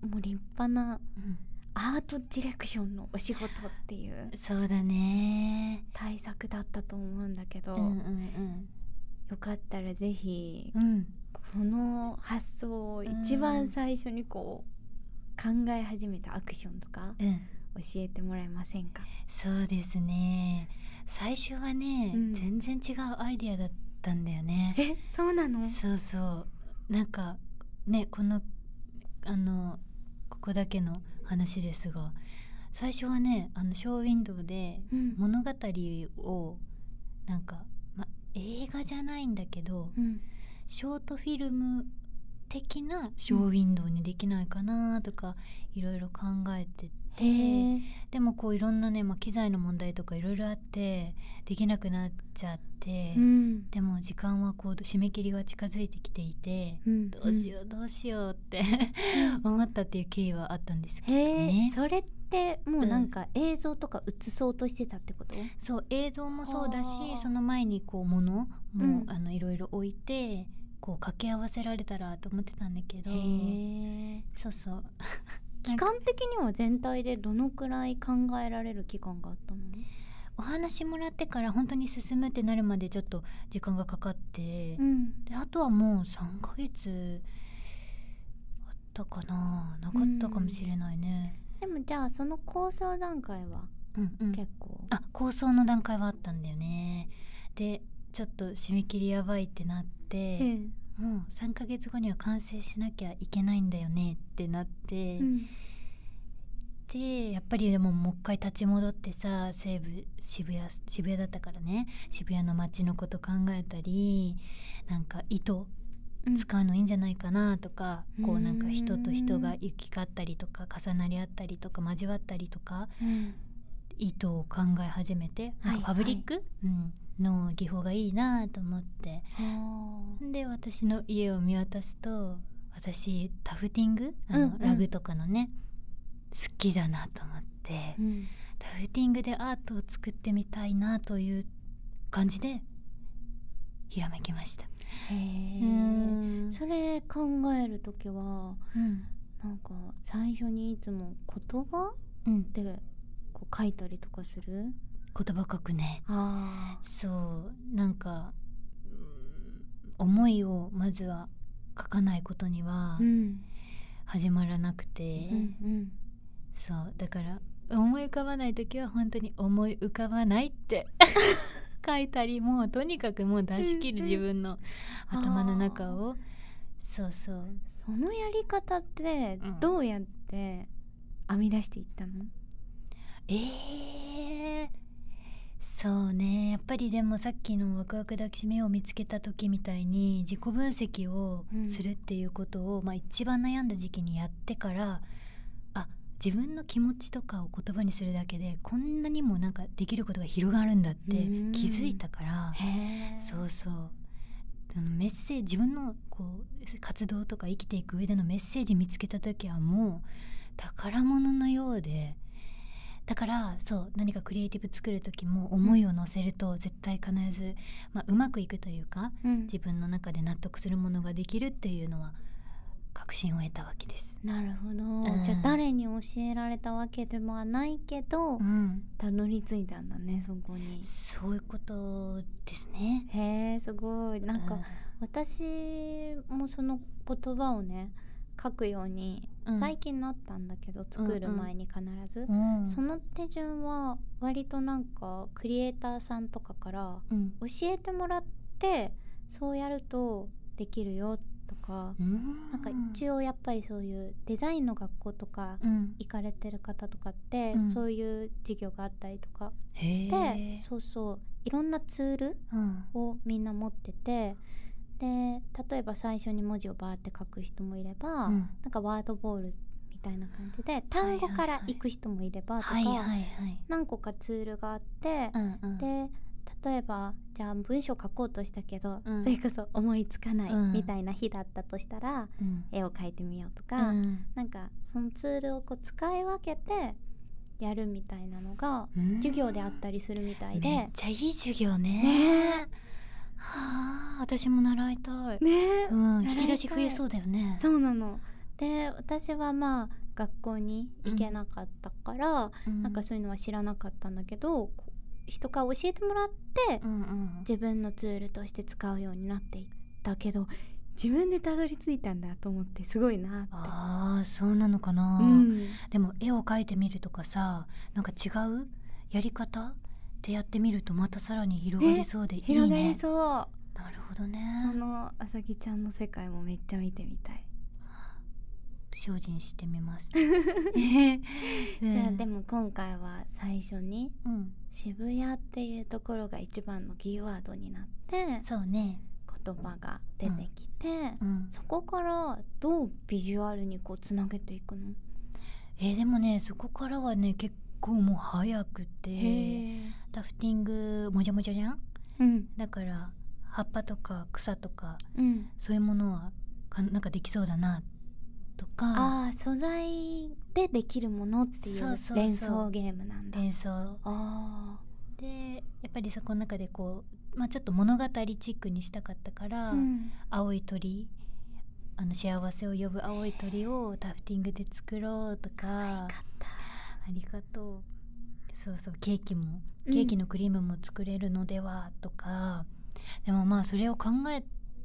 Speaker 1: もう立派な
Speaker 2: うん
Speaker 1: アートディレクションのお仕事っていう
Speaker 2: そうだね。
Speaker 1: 対策だったと思うんだけど、
Speaker 2: うんうん
Speaker 1: よかったらぜひ
Speaker 2: うん。うん。
Speaker 1: この発想を一番最初にこう考え始めたアクションとか
Speaker 2: うん。
Speaker 1: 教えてもらえませんか
Speaker 2: そうですね最初はね、
Speaker 1: うん
Speaker 2: 全然違うアイディアだったんだよね
Speaker 1: えそうなの
Speaker 2: そうそうなんかねこのあのここだけの話ですが最初はねあのショーウィンドウで
Speaker 1: うん
Speaker 2: 物語をなんか、ま、映画じゃないんだけど
Speaker 1: うん
Speaker 2: ショートフィルム的なショーウィンドウにできないかなとかいろいろ考えて
Speaker 1: へえ
Speaker 2: でもこういろんなね、まあ、機材の問題とかいろいろあってできなくなっちゃって、
Speaker 1: うん
Speaker 2: でも時間はこう締め切りが近づいてきていて、
Speaker 1: うん
Speaker 2: どうしようどうしようって [laughs] 思ったっていう経緯はあったんですけ
Speaker 1: へ
Speaker 2: ど
Speaker 1: え、
Speaker 2: ね。
Speaker 1: それってもうなんか映像とか映そうとしてたってこと、
Speaker 2: そう映像もそうだ
Speaker 1: あー
Speaker 2: しその前にこう物も、
Speaker 1: うん
Speaker 2: あのいろいろ置いてこう掛け合わせられたらと思ってたんだけど
Speaker 1: へえ
Speaker 2: そ
Speaker 1: [laughs]
Speaker 2: うそう
Speaker 1: 期間的には全体でどのくらい考えられる期間があったの
Speaker 2: お話もらってから本当に進むってなるまでちょっと時間がかかって、
Speaker 1: ん
Speaker 2: であとはもう3ヶ月あったかななかったかもしれないね。
Speaker 1: でもじゃあその構想段階は
Speaker 2: うんうん
Speaker 1: 結構、
Speaker 2: あ構想の段階はあったんだよねでちょっと締め切りやばいってなって、
Speaker 1: うん
Speaker 2: もう3ヶ月後には完成しなきゃいけないんだよねってなって、
Speaker 1: うん
Speaker 2: でやっぱりでももう一回立ち戻ってさ西部渋谷渋谷だったからね渋谷の街のこと考えたりなんか糸
Speaker 1: うん
Speaker 2: 使うのいいんじゃないかなとか、こうなんか人と人が
Speaker 1: うん
Speaker 2: 行き交ったりとか重なり合ったりとか交わったりとか
Speaker 1: うん
Speaker 2: 糸を考え始めて
Speaker 1: はい
Speaker 2: なんかファブリック、うん、の技法がいいなと思って
Speaker 1: あー
Speaker 2: で私の家を見渡すと私タフティングあの、
Speaker 1: うんうん
Speaker 2: ラグとかのね好きだなと思って、
Speaker 1: うん
Speaker 2: タフティングでアートを作ってみたいなという感じでひらめきました。う
Speaker 1: へえ
Speaker 2: ん
Speaker 1: それ考える時は
Speaker 2: うん
Speaker 1: なんか最初にいつも言葉
Speaker 2: うん、
Speaker 1: でこう書いたりとかする
Speaker 2: 言葉書くね
Speaker 1: あ
Speaker 2: そうなんかうん思いをまずは書かないことには
Speaker 1: あうん
Speaker 2: 始まらなくて、
Speaker 1: うんうん
Speaker 2: そうだから思い浮かばない時は本当に思い浮かばないって書いたりもうとにかくもう出し切る
Speaker 1: うんうん
Speaker 2: 自分の頭の中を、そうそう
Speaker 1: そのやり方って
Speaker 2: うん
Speaker 1: どうやって編み出していったの、
Speaker 2: えー、そうねやっぱりでもさっきのワクワク抱きしめを見つけた時みたいに自己分析をするっていうことを、まあ、一番悩んだ時期にやってからあ自分の気持ちとかを言葉にするだけでこんなにもなんかできることが広がるんだって
Speaker 1: うん
Speaker 2: 気づいたから、
Speaker 1: へえ
Speaker 2: そうそうあのメッセージ自分のこう活動とか生きていく上でのメッセージ見つけた時はもう宝物のようでだからそう何かクリエイティブ作る時も思いを乗せると絶対必ず、まあ、うまくいくというか
Speaker 1: うん
Speaker 2: 自分の中で納得するものができるっていうのは確信を得たわけです。
Speaker 1: なるほど、
Speaker 2: ん
Speaker 1: じゃあ誰に教えられたわけでもはないけど
Speaker 2: うん、
Speaker 1: たどり着いたんだねそこに
Speaker 2: そういうことですね。
Speaker 1: へえすごいなん
Speaker 2: う
Speaker 1: か私もその言葉をね書くように
Speaker 2: うん
Speaker 1: 最近なったんだけど、作る前に必ず、
Speaker 2: うん
Speaker 1: その手順は割となんかクリエイターさんとかから
Speaker 2: うん
Speaker 1: 教えてもらってそうやるとできるよとか、なんか一応やっぱりそういうデザインの学校とか
Speaker 2: うん
Speaker 1: 行かれてる方とかって、
Speaker 2: うん
Speaker 1: そういう授業があったりとか
Speaker 2: へ
Speaker 1: して、
Speaker 2: ー
Speaker 1: そうそういろんなツール
Speaker 2: うん
Speaker 1: をみんな持っててで例えば最初に文字をバーって書く人もいれば、
Speaker 2: うん
Speaker 1: なんかワードボールみたいな感じで
Speaker 2: はい
Speaker 1: 単語から行く人もいればとか、
Speaker 2: はいはいはい。
Speaker 1: 何個かツールがあって、
Speaker 2: うんうん、
Speaker 1: で例えばじゃあ文章書こうとしたけど、
Speaker 2: うん
Speaker 1: それこそ思いつかない
Speaker 2: うん
Speaker 1: みたいな日だったとしたら、
Speaker 2: うん
Speaker 1: 絵を描いてみようと
Speaker 2: う
Speaker 1: か、
Speaker 2: ん
Speaker 1: なんかそのツールをこう使い分けてやるみたいなのが
Speaker 2: うん
Speaker 1: 授業であったりするみたいで。
Speaker 2: めっちゃいい授業ね。
Speaker 1: ね
Speaker 2: はあ、私も習いたい。
Speaker 1: ねえ
Speaker 2: うん、
Speaker 1: 習いたい
Speaker 2: 引き出し増えそうだよね。
Speaker 1: そうなの。で私はまあ学校に行けなかったから、
Speaker 2: うん
Speaker 1: なんかそういうのは知らなかったんだけど、こう人から教えてもらって、
Speaker 2: うんうん。
Speaker 1: 自分のツールとして使うようになっていったけど自分でたどり着いたんだと思ってすごいなっ
Speaker 2: ああ、そうなのかな
Speaker 1: て。、うん、
Speaker 2: でも絵を描いてみるとかさ、なんか違うやり方でやってみるとまたさらに広がりそうでいいね。
Speaker 1: 広がりそう。
Speaker 2: なるほどね。
Speaker 1: そのあさぎちゃんの世界もめっちゃ見てみたい。
Speaker 2: 精進してみ [laughs] ます。
Speaker 1: じゃあ
Speaker 2: うん
Speaker 1: で、も今回は最初に
Speaker 2: うん、
Speaker 1: 渋谷っていうところが一番のキーワードになって
Speaker 2: そうね。
Speaker 1: 言葉が出てきて、
Speaker 2: うん。
Speaker 1: そこからどうビジュアルにこうつなげていくの
Speaker 2: えーでもねそこからはね結構もう早くて
Speaker 1: え
Speaker 2: ラフティングもじゃもじゃじゃん
Speaker 1: うん
Speaker 2: だから葉っぱとか草とか
Speaker 1: うん
Speaker 2: そういうものはかなんかできそうだなとか
Speaker 1: ああ素材でできるものってい
Speaker 2: そううそうそう
Speaker 1: 連想ゲームなんだ
Speaker 2: 連想
Speaker 1: あ
Speaker 2: でやっぱりそこの中でこう、まあ、ちょっと物語チックにしたかったから、
Speaker 1: あうん
Speaker 2: 青い鳥あの幸せを呼ぶ青い鳥をタフティングで作ろうとか
Speaker 1: よかった
Speaker 2: ありがとうそうそうケーキも
Speaker 1: うん
Speaker 2: ケーキのクリームも作れるのでは、とかでもまあそれを考え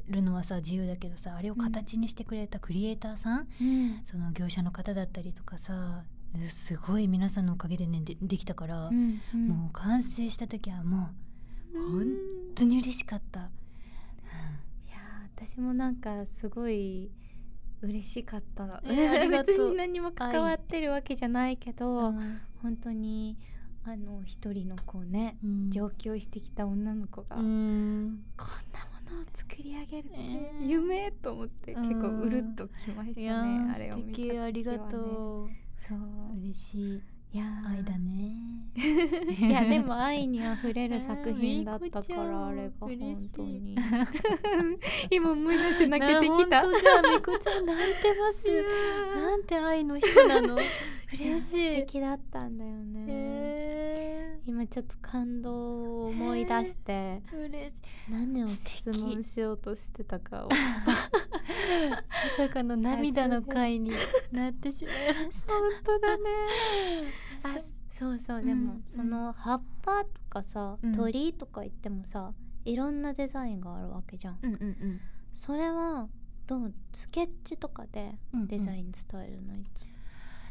Speaker 2: るのはさ自由だけどさあれを形にしてくれたクリエイターさん、
Speaker 1: うん
Speaker 2: その業者の方だったりとかさすごい皆さんのおかげでねでできたから、
Speaker 1: うんうん
Speaker 2: もう完成した時はもう
Speaker 1: う
Speaker 2: 本
Speaker 1: ん
Speaker 2: 当に嬉しかった、
Speaker 1: いやー私もなんかすごい嬉しかった、
Speaker 2: えーありがと
Speaker 1: 別
Speaker 2: う
Speaker 1: に何も関わってるわけじゃないけど、
Speaker 2: うん
Speaker 1: 本当にあの一人のこうね
Speaker 2: うん
Speaker 1: 上京してきた女の子が、
Speaker 2: うん
Speaker 1: こんなものを作り上げるって
Speaker 2: えー
Speaker 1: 夢と思って
Speaker 2: うん
Speaker 1: 結構うるっときました
Speaker 2: い
Speaker 1: ね、
Speaker 2: やー
Speaker 1: あれを見
Speaker 2: 素
Speaker 1: た時は、
Speaker 2: 敵
Speaker 1: ね、
Speaker 2: ありが
Speaker 1: う
Speaker 2: とう
Speaker 1: そう
Speaker 2: 嬉しい
Speaker 1: いやー
Speaker 2: 愛だね
Speaker 1: [laughs] いやでも愛にあふれる作品だったか
Speaker 2: えーみーこちゃん
Speaker 1: ら
Speaker 2: も
Speaker 1: あれが本当に
Speaker 2: 嬉
Speaker 1: [laughs] 今思い出して
Speaker 2: [laughs]
Speaker 1: 泣けてきた
Speaker 2: な本当じゃあみこちゃん泣いてますなんて愛の人な
Speaker 1: [laughs]
Speaker 2: の嬉し
Speaker 1: 素
Speaker 2: い
Speaker 1: 敵だったんだよね、
Speaker 2: え
Speaker 1: 今ちょっと感動を思い出して、
Speaker 2: ー、嬉しい
Speaker 1: 何を
Speaker 2: 素
Speaker 1: 質
Speaker 2: 敵
Speaker 1: 問しようとしてたかを
Speaker 2: まさかの涙の回になってしまいまし
Speaker 1: [laughs]
Speaker 2: た
Speaker 1: 本当
Speaker 2: [laughs]
Speaker 1: だねあ
Speaker 2: そ
Speaker 1: そ
Speaker 2: う
Speaker 1: うそう、
Speaker 2: うん
Speaker 1: でも
Speaker 2: うん
Speaker 1: その葉っぱとかさ、
Speaker 2: うん
Speaker 1: 鳥とか言ってもさいろんなデザインがあるわけじゃん
Speaker 2: うんうん
Speaker 1: それはどうスケッチとかで
Speaker 2: うん
Speaker 1: デザイン伝えるのいつも、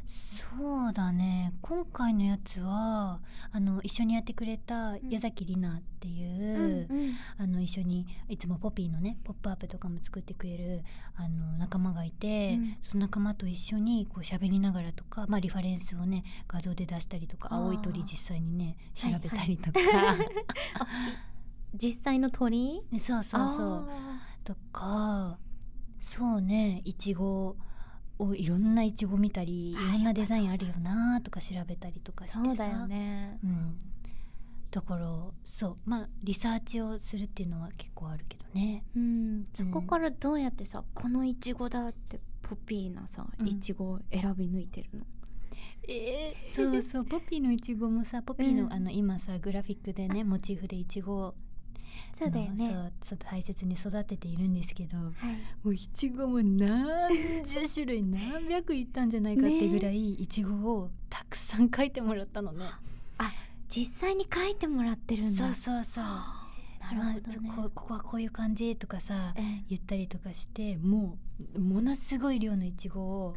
Speaker 2: そうだね今回のやつはあの一緒にやってくれた
Speaker 1: ん
Speaker 2: 矢崎里奈っていう、
Speaker 1: うん
Speaker 2: あの一緒にいつもポピーのね「ポップアップとかも作ってくれるあの仲間がいて、
Speaker 1: うん
Speaker 2: その仲間と一緒にこう喋りながらとか、まあ、リファレンスをね画像で出したりとか
Speaker 1: あー
Speaker 2: 青い鳥実際にね調べたりとか、
Speaker 1: [laughs] 実際の鳥
Speaker 2: ねそうそうそう
Speaker 1: あ
Speaker 2: とかそうねいちごをいろんないちご見たりい
Speaker 1: あー
Speaker 2: ろんなデザインあるよなとか調べたりとか
Speaker 1: ー
Speaker 2: してさ
Speaker 1: そうだよね
Speaker 2: うん、だからそうまあリサーチをするっていうのは結構あるけどね。
Speaker 1: うん、そこからどうやってさ、このいちごだってポピーなさ
Speaker 2: うん
Speaker 1: いちごを選び抜いてるの、
Speaker 2: えそうそうポピーのいちごもさポピーの,、
Speaker 1: うん
Speaker 2: あの今さグラフィックでねモチーフでいちごを
Speaker 1: そうだよ
Speaker 2: あの
Speaker 1: ね
Speaker 2: そうそう大切に育てているんですけども
Speaker 1: はいう
Speaker 2: いちごも何十種類何百いったんじゃないかってぐらいいちごをたくさん描いてもらったのね。
Speaker 1: 実際に書いてもらってるんだ
Speaker 2: そうそうそう。
Speaker 1: なるほどね
Speaker 2: まあこうここはこういう感じとかさ
Speaker 1: ええ
Speaker 2: 言ったりとかしてもうものすごい量のいちご
Speaker 1: [laughs]
Speaker 2: を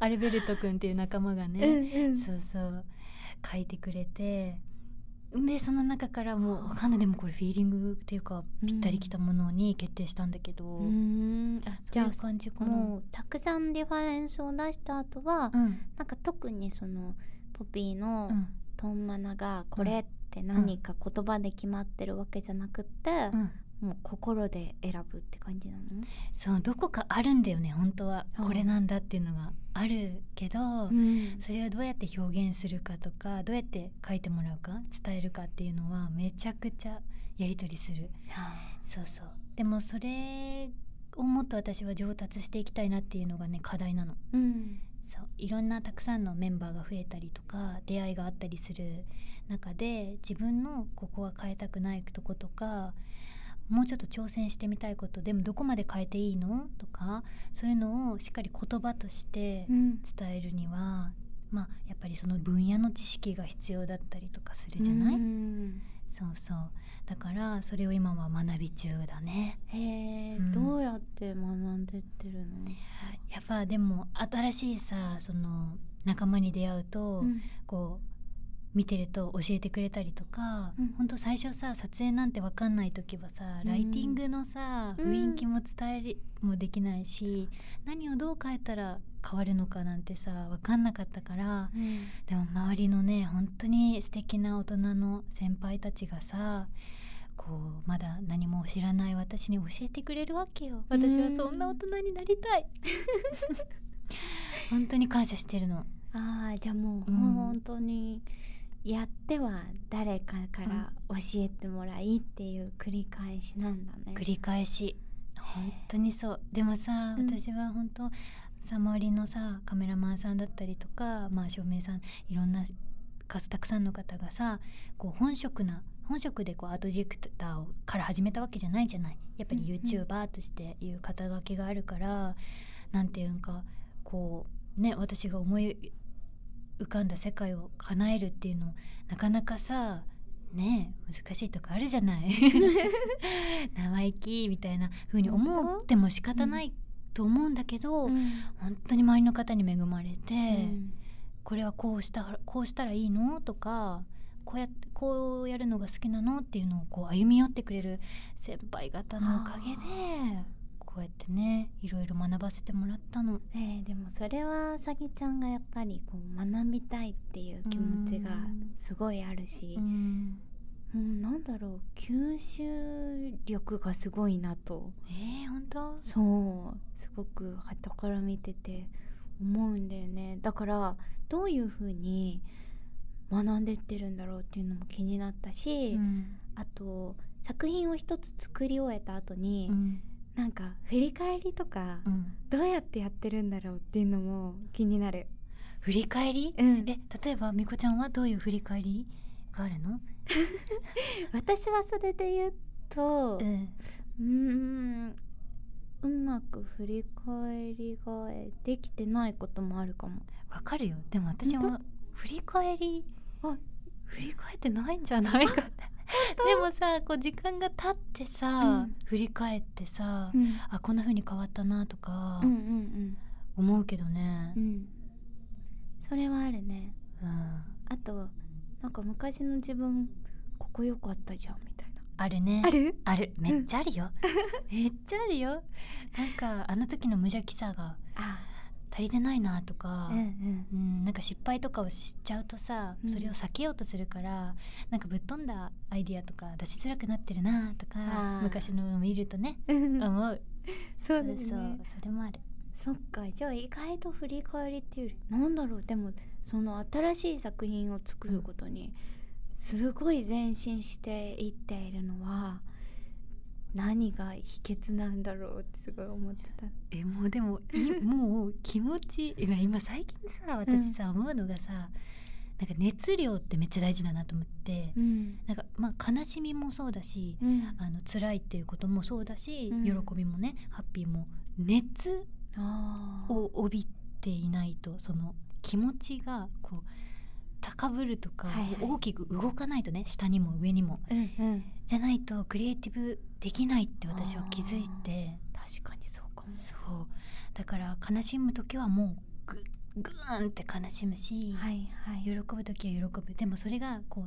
Speaker 2: アルベルト君っていう仲間がね、
Speaker 1: うんうん
Speaker 2: そうそう書いてくれてでその中からもうわかんないでもこれフィーリングっていうかぴったりきたものに決定したんだけど、
Speaker 1: うーんあじゃあ
Speaker 2: そういう感じかな
Speaker 1: もうたくさんリファレンスを出した後は、
Speaker 2: うん
Speaker 1: なんか特にそのポピーの
Speaker 2: うん
Speaker 1: トンマナがこれって何か言葉で決まってるわけじゃなくて、
Speaker 2: うん
Speaker 1: もう心で選ぶって感じなの
Speaker 2: そうどこかあるんだよね本当は
Speaker 1: うん
Speaker 2: これなんだっていうのがあるけど、
Speaker 1: うん
Speaker 2: それをどうやって表現するかとかどうやって書いてもらうか伝えるかっていうのはめちゃくちゃやり取りするそうそうでもそれをもっと私は上達していきたいなっていうのがね課題なの
Speaker 1: うん
Speaker 2: そういろんなたくさんのメンバーが増えたりとか出会いがあったりする中で自分のここは変えたくないとことかもうちょっと挑戦してみたいことでもどこまで変えていいのとかそういうのをしっかり言葉として
Speaker 1: うん
Speaker 2: 伝えるには、まあやっぱりその分野の知識が必要だったりとかするじゃない、
Speaker 1: うん
Speaker 2: そうそうだからそれを今は学び中だね
Speaker 1: へえ、
Speaker 2: うん
Speaker 1: どうやって学んでってるの、
Speaker 2: やっぱでも新しいさその仲間に出会うと、
Speaker 1: うん
Speaker 2: こう見てると教えてくれたりとか、
Speaker 1: うん
Speaker 2: ほんと最初さ撮影なんて分かんない時はさ、
Speaker 1: うん
Speaker 2: ライティングのさ
Speaker 1: うん
Speaker 2: 雰囲気も伝えりもできないし、何をどう変えたら変わるのかなんてさ分かんなかったから
Speaker 1: うん
Speaker 2: でも周りのね本当に素敵な大人の先輩たちがさこうまだ何も知らない私に教えてくれるわけよ
Speaker 1: うん
Speaker 2: [laughs] 私はそんな大人になりたい本当に感謝してるの
Speaker 1: ああじゃあもう、
Speaker 2: うん
Speaker 1: 本当にやっては誰かから教えてもらいっていう繰り返しなんだね。
Speaker 2: 繰り返し本当にそうでもさ、
Speaker 1: うん
Speaker 2: 私は本当さ周りのさカメラマンさんだったりとか、まあ、照明さんいろんな数たくさんの方がさこう本職な本職でこうアートディレクターをから始めたわけじゃないじゃないやっぱり
Speaker 1: うんうん
Speaker 2: YouTuber としていう肩書きがあるから、なんていうんかこうね私が思い浮かんだ世界を叶えるっていうのなかなかさねえ難しいとこあるじ
Speaker 1: [laughs]
Speaker 2: ゃない生意気みたいな風に思っても仕方ないと思うんだけど、
Speaker 1: うん
Speaker 2: 本当に周りの方に恵まれて、
Speaker 1: うん
Speaker 2: これはこうしたこうしたらいいのとかこうやってこうやるのが好きなのっていうのをこう歩み寄ってくれる先輩方のおかげでこうやってねいろいろ学ばせてもらったの。
Speaker 1: えーでもそれはあさぎちゃんがやっぱりこう学びたいっていう気持ちが
Speaker 2: うん
Speaker 1: すごいあるし
Speaker 2: う、ん
Speaker 1: うん、なんだろう吸収力がすごいなと
Speaker 2: えー、本当
Speaker 1: そうすごく傍から見てて思うんだよねだからどういう風に学んでってるんだろうっていうのも気になったし、
Speaker 2: うん
Speaker 1: あと作品を一つ作り終えた後に、
Speaker 2: うん
Speaker 1: なんか振り返りとか、
Speaker 2: うん
Speaker 1: どうやってやってるんだろうっていうのも気になる。
Speaker 2: 振り返り、
Speaker 1: うん
Speaker 2: え例えばみこちゃんはどういう振り返りがあるの、
Speaker 1: 私はそれで言うと、う
Speaker 2: ん、
Speaker 1: ーんうまく振り返りができてないこともあるかも。
Speaker 2: わかるよでも私
Speaker 1: 本
Speaker 2: は振り返り
Speaker 1: あ
Speaker 2: 振り返ってないんじゃないかって [laughs] でもさこう時間が経ってさ、
Speaker 1: うん
Speaker 2: 振り返ってさ、
Speaker 1: うん、
Speaker 2: あこんな風に変わったなとか
Speaker 1: うんうん
Speaker 2: 思うけどね
Speaker 1: うんう、んそれはあるね。
Speaker 2: うん
Speaker 1: あとなんか昔の自分ここ良かったじゃんみたいな。
Speaker 2: あるね
Speaker 1: る？
Speaker 2: あるめっちゃある
Speaker 1: [laughs]
Speaker 2: よ、めっちゃあるよなんかあの時の無邪気さが
Speaker 1: あ、
Speaker 2: 足りてないなとか、
Speaker 1: うん
Speaker 2: うん、なんか失敗とかをしちゃうとさ
Speaker 1: うん
Speaker 2: それを避けようとするから、なんかぶっ飛んだアイディアとか出しづらくなってるなと
Speaker 1: あ
Speaker 2: か
Speaker 1: ー
Speaker 2: 昔のを見るとね
Speaker 1: うん。
Speaker 2: 思う
Speaker 1: [laughs] そうです
Speaker 2: そう
Speaker 1: ね。
Speaker 2: そうそれもある
Speaker 1: そっかじゃあ意外と振り返りっていうよりなんだろうでもその新しい作品を作ることにすごい前進していっているのは何が秘訣なんだろうってすごい思ってた。
Speaker 2: えもうで [laughs] もいもう気持ち今今最近さ私さ、思うのがさなんか熱量ってめっちゃ大事だなと思って、
Speaker 1: うん。
Speaker 2: なんかまあ悲しみもそうだし、
Speaker 1: うん。
Speaker 2: あの辛いっていうこともそうだし、
Speaker 1: うん
Speaker 2: 喜びもねハッピーも熱
Speaker 1: ああ。
Speaker 2: を帯びていないとその気持ちがこう高ぶるとか、
Speaker 1: はいはい
Speaker 2: こう大きく動かないとね下にも上にも
Speaker 1: うんうん。
Speaker 2: じゃないとクリエイティブできないって私は気づいて
Speaker 1: 確かにそうかも。
Speaker 2: そうだから悲しむ時はもうググーンって悲しむし、
Speaker 1: はいはい。
Speaker 2: 喜ぶ時は喜ぶでもそれがこ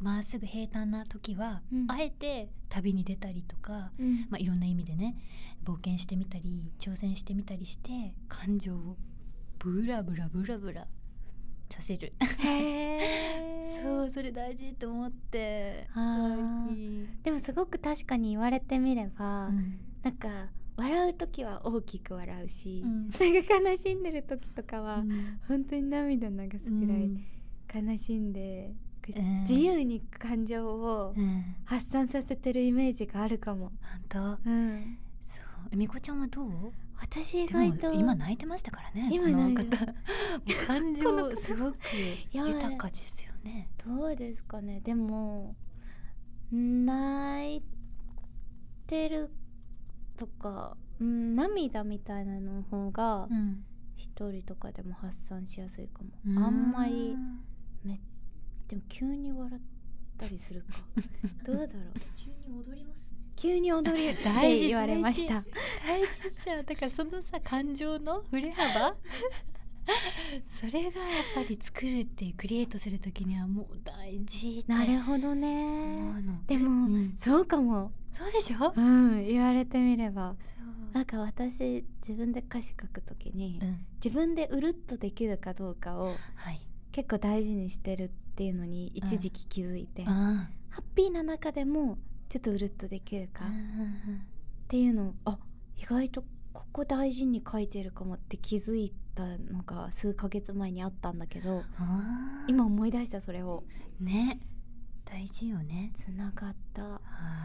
Speaker 2: うまっすぐ平坦な時は、
Speaker 1: うん
Speaker 2: あえて旅に出たりとか、
Speaker 1: うん
Speaker 2: まあ、いろんな意味でね冒険してみたり挑戦してみたりして感情をブラブラブラブラさせる
Speaker 1: へ [laughs] ー
Speaker 2: そうそれ大事と思って
Speaker 1: あー
Speaker 2: 最近、
Speaker 1: でもすごく確かに言われてみれば、
Speaker 2: うん
Speaker 1: なんか笑う時は大きく笑うし、
Speaker 2: うん
Speaker 1: なんか悲しんでる時とかは、
Speaker 2: うん
Speaker 1: 本当に涙流すくらい悲しんで、こう自由に感情を
Speaker 2: うんうん
Speaker 1: 発散させてるイメージがあるかも。
Speaker 2: 本当
Speaker 1: うん、
Speaker 2: そうえみこちゃんはどう
Speaker 1: 私意
Speaker 2: でも
Speaker 1: 外と
Speaker 2: 今泣いてましたからね
Speaker 1: 今
Speaker 2: この
Speaker 1: 泣いて
Speaker 2: 方
Speaker 1: [laughs]
Speaker 2: もう感
Speaker 1: この
Speaker 2: 情
Speaker 1: 方
Speaker 2: すごく
Speaker 1: やばい
Speaker 2: 豊かですよね
Speaker 1: どうですかねでも泣いてるとか、うん、涙みたいなの方が
Speaker 2: うん
Speaker 1: 一人とかでも発散しやすいかも、あんまりでも急に笑ったり [laughs] するかどうだろう急に踊りますね急に踊りっ
Speaker 2: 大
Speaker 1: て
Speaker 2: 事
Speaker 1: 言われました
Speaker 2: 大事じゃんだからそのさ感情の振れ幅 [laughs] それがやっぱり作るっていうクリエイトする時にはもう大事って
Speaker 1: なるほど
Speaker 2: 思
Speaker 1: ね
Speaker 2: うの
Speaker 1: でも、
Speaker 2: うん
Speaker 1: そうかも
Speaker 2: そうでしょ、
Speaker 1: うん言われてみれば
Speaker 2: そう
Speaker 1: なんか私自分で歌詞書くときに、
Speaker 2: うん
Speaker 1: 自分でうるっとできるかどうかを
Speaker 2: はい
Speaker 1: 結構大事にしてるっていうのに一時期気づいて、ハ
Speaker 2: あ
Speaker 1: ッピーな中でもちょっとうるっとできるか
Speaker 2: あ
Speaker 1: っていうのをあ意外とここ大事に書いてるかもって気づいたのが数ヶ月前にあったんだけど
Speaker 2: あー
Speaker 1: 今思い出したそれを
Speaker 2: ね大事よね
Speaker 1: つながった
Speaker 2: は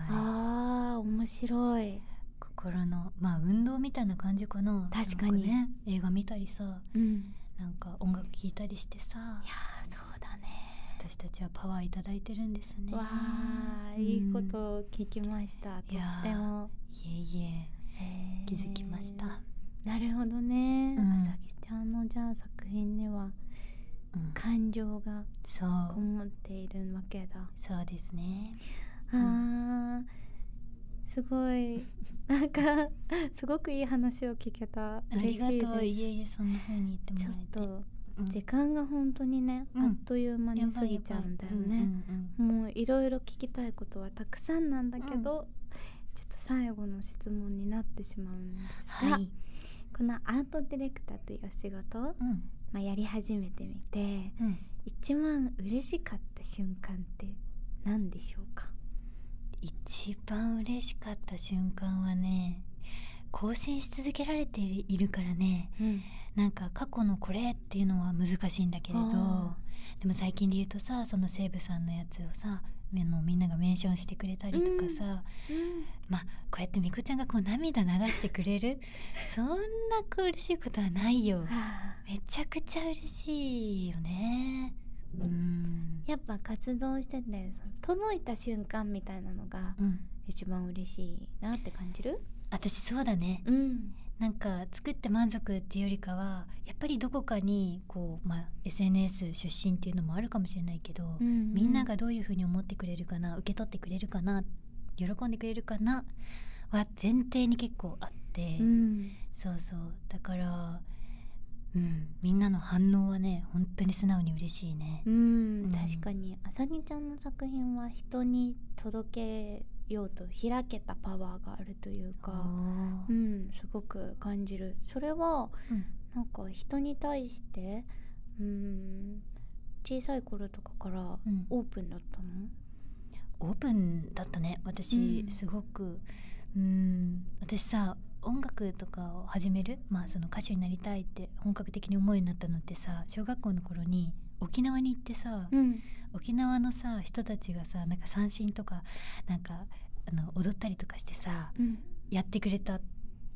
Speaker 1: あー面白い
Speaker 2: い心のまあ運動みたいな感じかな
Speaker 1: 確かに
Speaker 2: なんね、映画見たりさ
Speaker 1: うん
Speaker 2: なんか音楽聴いたりしてさ
Speaker 1: いやーそうだね
Speaker 2: 私たちはパワーいただいてるんですね
Speaker 1: わあいいことを聞きました、と
Speaker 2: いやー
Speaker 1: っても
Speaker 2: いえいえ
Speaker 1: へー
Speaker 2: 気づきました、
Speaker 1: なるほどね、
Speaker 2: うん
Speaker 1: あさぎちゃんのじゃあ作品には
Speaker 2: うん、
Speaker 1: 感情が
Speaker 2: そ
Speaker 1: こ
Speaker 2: う
Speaker 1: もっているわけだ、
Speaker 2: そうですね
Speaker 1: あーすご
Speaker 2: [laughs]
Speaker 1: いなんかすごくいい話を聞けた
Speaker 2: あ
Speaker 1: 嬉し
Speaker 2: り
Speaker 1: い
Speaker 2: がとう
Speaker 1: で
Speaker 2: いえいえそんな風に言っ
Speaker 1: す
Speaker 2: て
Speaker 1: ちょ
Speaker 2: も
Speaker 1: っ
Speaker 2: らえて
Speaker 1: と
Speaker 2: うん
Speaker 1: 時間が本当にね、
Speaker 2: うん
Speaker 1: あっという間
Speaker 2: や
Speaker 1: に
Speaker 2: ば
Speaker 1: 過
Speaker 2: い
Speaker 1: ぎちゃうんだよね、
Speaker 2: うん
Speaker 1: もういろいろ聞きたいことはたくさんなんだけど、ちょっと最後の質問になってしまうんです
Speaker 2: うんうん
Speaker 1: が、
Speaker 2: はい、
Speaker 1: このアートディレクターというお仕事を、
Speaker 2: うん
Speaker 1: まあ、やり始めてみて
Speaker 2: うん、
Speaker 1: 一番嬉しかった瞬間って何でしょうか
Speaker 2: 一番嬉しかった瞬間はね更新し続けられているいるからね
Speaker 1: うん、
Speaker 2: なんか過去のこれっていうのは難しいんだけれど
Speaker 1: あ
Speaker 2: でも最近で言うとさその西武さんのやつをさあのみんながメンションしてくれたりとかさ、まあこうやってみこちゃんがこう涙流してくれ [laughs] るそんなこう嬉しいことはないよ
Speaker 1: はあ
Speaker 2: めちゃくちゃ嬉しいよねうん
Speaker 1: やっぱ活動しててその届いた瞬間みたいなのが
Speaker 2: うん
Speaker 1: 一番嬉しいなって感じる
Speaker 2: 私そうだね
Speaker 1: うん
Speaker 2: なんか作って満足っていうよりかはやっぱりどこかにこう、まあ、SNS 出身っていうのもあるかもしれないけど、みんながどういうふうに思ってくれるかな受け取ってくれるかな喜んでくれるかなは前提に結構あって、
Speaker 1: うん
Speaker 2: そうそうだから、うん、みんなの反応はね本当に素直に嬉しいね
Speaker 1: う。ん、
Speaker 2: うん
Speaker 1: 確かにあさぎちゃんの作品は人に届けようと開けたパワーがあるという
Speaker 2: お
Speaker 1: か、う
Speaker 2: ー
Speaker 1: ん、すごく感じるそれは
Speaker 2: うん
Speaker 1: なんか人に対してうん小さい頃とかから
Speaker 2: うん
Speaker 1: オープンだったの、
Speaker 2: オープンだったね私、
Speaker 1: うん
Speaker 2: すごくうん私さ音楽とかを始める、まあ、その歌手になりたいって本格的に思うようになったのってさ小学校の頃に沖縄に行ってさ、
Speaker 1: うん
Speaker 2: 沖縄のさ人たちがさなんか三振とかなんかあの踊ったりとかしてさ
Speaker 1: うん、
Speaker 2: やってくれた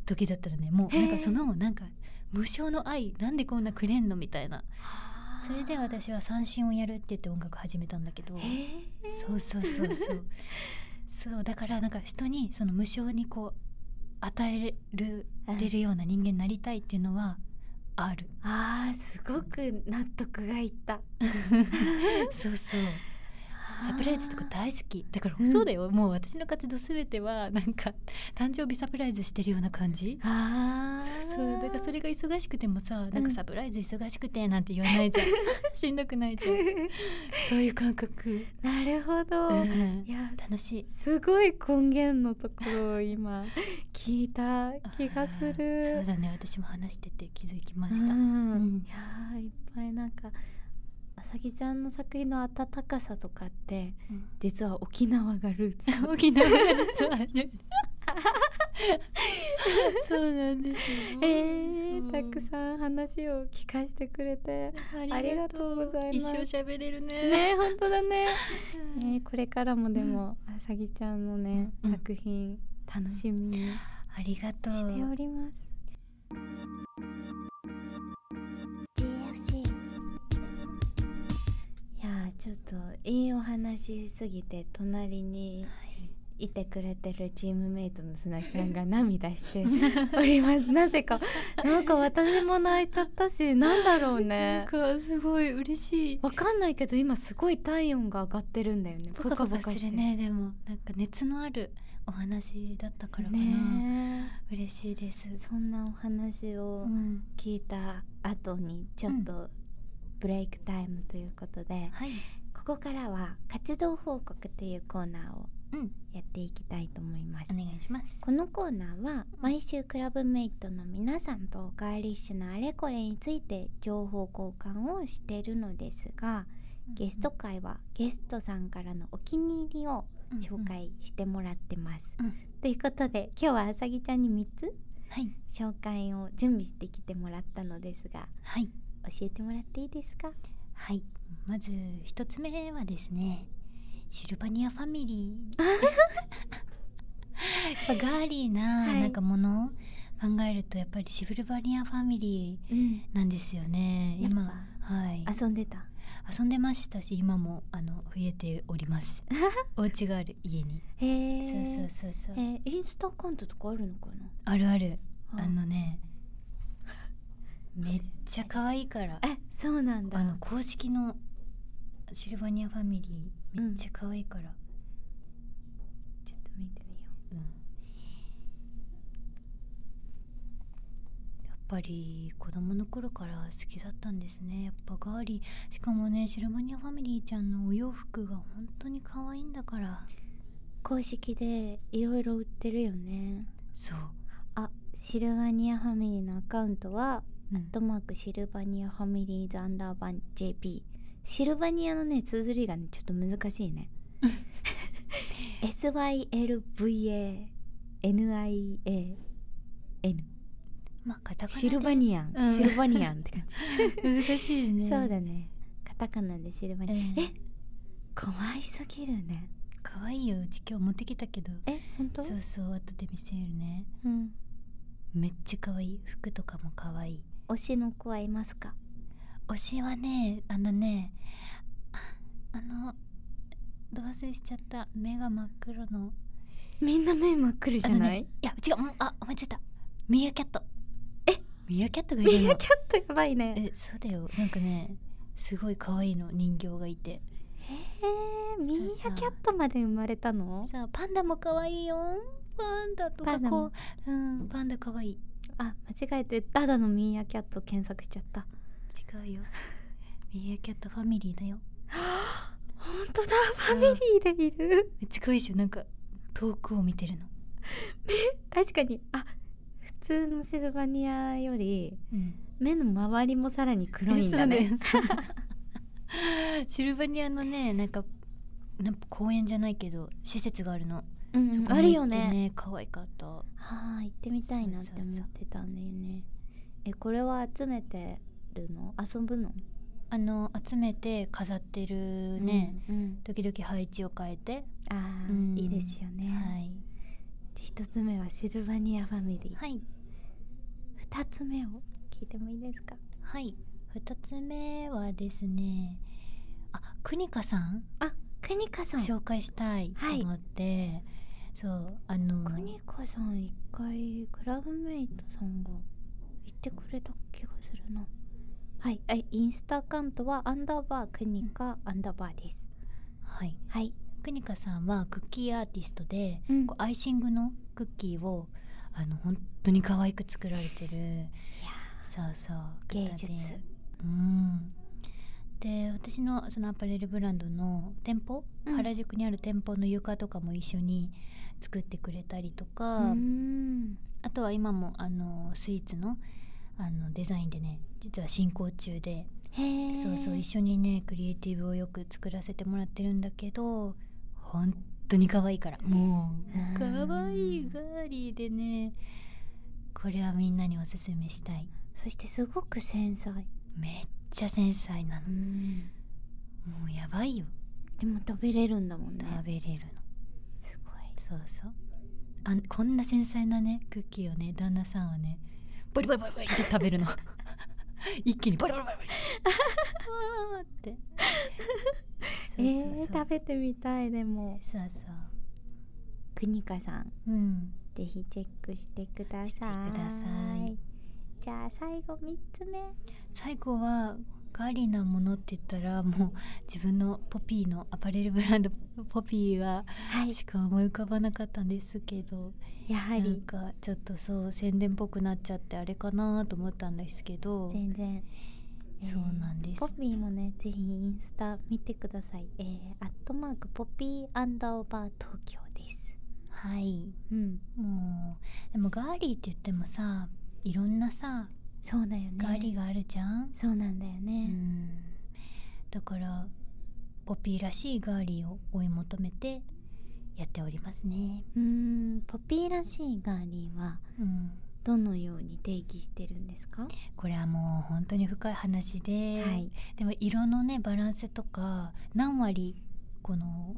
Speaker 2: 時だったらねもう
Speaker 1: へ
Speaker 2: な
Speaker 1: え
Speaker 2: んかそのなんか無償の愛なんでこんなくれんのみたいなそれで私は三振をやるって言って音楽始めたんだけど。
Speaker 1: へー
Speaker 2: そうそうそうそうそうだからなんか人にその無償にこう与えるれるような人間になりたいっていうのはあ
Speaker 1: [laughs]
Speaker 2: る
Speaker 1: あーすごく納得がい
Speaker 2: [laughs]
Speaker 1: った
Speaker 2: そうそう [laughs] サプライズとか大好きだから
Speaker 1: うん
Speaker 2: そうだよ、もう私の活動全てはなんか誕生日サプライズしてるような感じ
Speaker 1: あー
Speaker 2: そうそうだからそれが忙しくてもさなん
Speaker 1: うん
Speaker 2: かサプライズ忙しくてなんて言わないじゃん [laughs] しんどくないじゃんそういう感覚、
Speaker 1: [laughs] なるほど、
Speaker 2: うん
Speaker 1: い、や
Speaker 2: 楽しい
Speaker 1: すごい根源のところを今聞いた気がする。
Speaker 2: そうだね私も話してて気づきま
Speaker 1: う
Speaker 2: した、
Speaker 1: ん
Speaker 2: うん
Speaker 1: いやーいっぱいなんかあさぎちゃんの作品の温かさとかって
Speaker 2: うん
Speaker 1: 実は沖縄がルー [laughs] ツ
Speaker 2: 沖縄が実はある [laughs] そうなんですよ
Speaker 1: えー、たくさん話を聞かせてくれて
Speaker 2: ん
Speaker 1: ありがとうございます
Speaker 2: 一生喋れるね
Speaker 1: ね本当だね、 [laughs] え
Speaker 2: うん
Speaker 1: ーこれからもでもあさぎちゃんのね、
Speaker 2: うん
Speaker 1: 作品楽しみに
Speaker 2: ありがとう
Speaker 1: しております。いやーちょっといいお話しすぎて隣にいてくれてるチームメイトのすなちゃんが涙 [laughs] しておりますなぜかなんか私も泣いちゃったしなんだろう
Speaker 2: な
Speaker 1: ね
Speaker 2: んかすごい嬉しい
Speaker 1: わかんないけど今すごい体温が上がってるんだよね
Speaker 2: ポカポカ
Speaker 1: し
Speaker 2: す
Speaker 1: て
Speaker 2: るねでもなんか熱のあるお話だったからかな、
Speaker 1: ね
Speaker 2: 嬉しいです
Speaker 1: えそんなお話
Speaker 2: う
Speaker 1: を
Speaker 2: ん
Speaker 1: 聞いた後にちょっとブレイクタイムということで、
Speaker 2: はい
Speaker 1: ここからは活動報告っていうコーナーを
Speaker 2: うん
Speaker 1: やっていきたいと思います
Speaker 2: お願いします
Speaker 1: このコーナーは毎週クラブメイトの皆さんとガーリッシュのあれこれについて情報交換をしているのですがゲスト会はゲストさんからのお気に入りを紹介してもらってます。
Speaker 2: うんうん
Speaker 1: ということで今日はあさぎちゃんに3つ
Speaker 2: はい
Speaker 1: 紹介を準備してきてもらったのですが
Speaker 2: はい
Speaker 1: 教えてもらっていいですか
Speaker 2: はいまず一つ目はですねシルバニアファミリ
Speaker 1: [laughs]
Speaker 2: ーやっぱガーリーな
Speaker 1: はい
Speaker 2: なんかものを考えるとやっぱりシルバニアファミリ
Speaker 1: うん
Speaker 2: ーなんですよね
Speaker 1: やっぱ
Speaker 2: 今はい
Speaker 1: 遊んでた
Speaker 2: 遊んでましたし今もあの増えております
Speaker 1: [laughs]
Speaker 2: お家がある家に
Speaker 1: へ
Speaker 2: そう
Speaker 1: え
Speaker 2: そうそうそう、
Speaker 1: えーインスタアカウントとかあるのかな
Speaker 2: あるある
Speaker 1: あ
Speaker 2: あのねめっちゃ可愛いから
Speaker 1: えそうなんだ
Speaker 2: あの公式のシルバニアファミリーめっちゃ可愛いから、
Speaker 1: ちょっと見てみよ
Speaker 2: うんやっぱり子供の頃から好きだったんですねやっぱガーリーしかもねシルバニアファミリーちゃんのお洋服が本当に可愛いんだから
Speaker 1: う公式でいろいろ売ってるよね
Speaker 2: そう、
Speaker 1: あシルバニアファミリーのアカウントは
Speaker 2: うん
Speaker 1: アットマークシルバニアファミリーズアンダーバン JP シルバニアのね綴りがねちょっと難しい [laughs] ね SYLVANIAN
Speaker 2: まあカタカナで
Speaker 1: シルバニアン、
Speaker 2: うん
Speaker 1: シルバニアンって [laughs] 感じ、
Speaker 2: 難し [laughs] いね
Speaker 1: そうだねカタカナでシルバニアン、
Speaker 2: え
Speaker 1: え怖いすぎるね
Speaker 2: 可愛いようち今日持ってきたけど
Speaker 1: え本当
Speaker 2: そうそう後で見せるね
Speaker 1: うん
Speaker 2: めっちゃ可愛い服とかも可愛い
Speaker 1: 推しの子はいますか
Speaker 2: 推しはねあのねああのどうせしちゃった目が真っ黒の
Speaker 1: みんな目真っ黒じゃない、
Speaker 2: いや違うもうあ思いついたミーアキャットえミーアキャットがいるの
Speaker 1: ミーアキャットやばいね
Speaker 2: えそうだよなんかねすごい可愛いの人形がいて
Speaker 1: えー、ミーアキャットまで生まれたの
Speaker 2: さあパンダも可愛いよパンダと
Speaker 1: パ
Speaker 2: か
Speaker 1: ンダも
Speaker 2: こううんパンダ可愛い
Speaker 1: あ間違えてただのミーアキャット検索しちゃった
Speaker 2: 違うよミーアキャットファミリーだよ
Speaker 1: [gasps] 本当だフ
Speaker 2: そう
Speaker 1: ァミリーでいる
Speaker 2: めっちゃ可愛いっしょなんか遠くを見てるの
Speaker 1: 確かにあ普通のシルバニアより
Speaker 2: うん
Speaker 1: 目の周りもさらに黒いんだね
Speaker 2: そうだよ [laughs] シルバニアのねなんかなんか公園じゃないけど施設があるの、
Speaker 1: うん
Speaker 2: そこ
Speaker 1: あ
Speaker 2: も
Speaker 1: るよ
Speaker 2: 行って
Speaker 1: ね
Speaker 2: ね可愛かった
Speaker 1: はあ行ってみたいなって
Speaker 2: そうそうそう
Speaker 1: 思ってたんだよねえこれは集めてるの遊ぶの
Speaker 2: あの集めて飾ってるね、、
Speaker 1: うんうん
Speaker 2: 時々配置を変えて、
Speaker 1: あー、
Speaker 2: うん
Speaker 1: いいですよね、
Speaker 2: はい
Speaker 1: で一つ目はシルバニアファミリー、
Speaker 2: はい
Speaker 1: 二つ目を聞いてもいいですか
Speaker 2: はい2つ目はですねあクニカさん
Speaker 1: あクニカさん
Speaker 2: 紹介したいと思って、そうあの
Speaker 1: クニカさん一回クラブメイトさんが言ってくれた気がするなはい、はい、インスタアカウントはアンダーバークニカアンダーバーです
Speaker 2: はい
Speaker 1: はい、
Speaker 2: クニカさんはクッキーアーティストで
Speaker 1: うん
Speaker 2: こうアイシングのクッキーをあの本当に可愛く作られてるそうそう
Speaker 1: 芸
Speaker 2: 方で
Speaker 1: 術
Speaker 2: うんで私のそのアパレルブランドの店舗、
Speaker 1: うん
Speaker 2: 原宿にある店舗の床とかも一緒に作ってくれたりとか、
Speaker 1: うーん
Speaker 2: あとは今もあのスイーツのあのデザインでね実は進行中で
Speaker 1: へえ
Speaker 2: そうそう一緒にねクリエイティブをよく作らせてもらってるんだけど本当に可愛いからも
Speaker 1: うん
Speaker 2: う可愛いガーリーでねこれはみんなにおすすめしたい
Speaker 1: そしてすごく繊細
Speaker 2: めっちゃ繊細なの
Speaker 1: うん
Speaker 2: もうやばいよ
Speaker 1: でも食べれるんだもんね
Speaker 2: 食べれるの
Speaker 1: すごい
Speaker 2: そうそうあこんな繊細なねクッキーをね旦那さんはねボリボリボリボリって食 [laughs] べるの一気にボリボリボリボリあーって
Speaker 1: えー、
Speaker 2: [laughs] そうそうそう
Speaker 1: 食べてみたいでも
Speaker 2: そうそう
Speaker 1: クニカさん
Speaker 2: うん
Speaker 1: ぜひチェックしてください
Speaker 2: してください
Speaker 1: じゃあ最後三つ目
Speaker 2: 最後はガーリーなものって言ったらもう自分のポピーのアパレルブランド [laughs] ポピーは
Speaker 1: はい
Speaker 2: しか思い浮かばなかったんですけど、
Speaker 1: やは
Speaker 2: なん
Speaker 1: り
Speaker 2: かちょっとそう宣伝っぽくなっちゃってあれかなと思ったんですけど
Speaker 1: 全然
Speaker 2: そうなんです
Speaker 1: ポピーもねぜひインスタ見てくださいえー、アットマークポピーアンダーバー東京です
Speaker 2: はい
Speaker 1: うん
Speaker 2: もうでもガーリーって言ってもさいろんなさ
Speaker 1: そうだよね
Speaker 2: ガーリーがあるじゃん、
Speaker 1: そうなんだよ
Speaker 2: う
Speaker 1: ね、
Speaker 2: んだからポピーらしいガーリーを追い求めてやっておりますね。
Speaker 1: うーんポピーらしいガーリーは
Speaker 2: うん
Speaker 1: どどのように定義してるんですか、
Speaker 2: これはもう本当に深い話で、
Speaker 1: はい
Speaker 2: でも色のねバランスとか何割この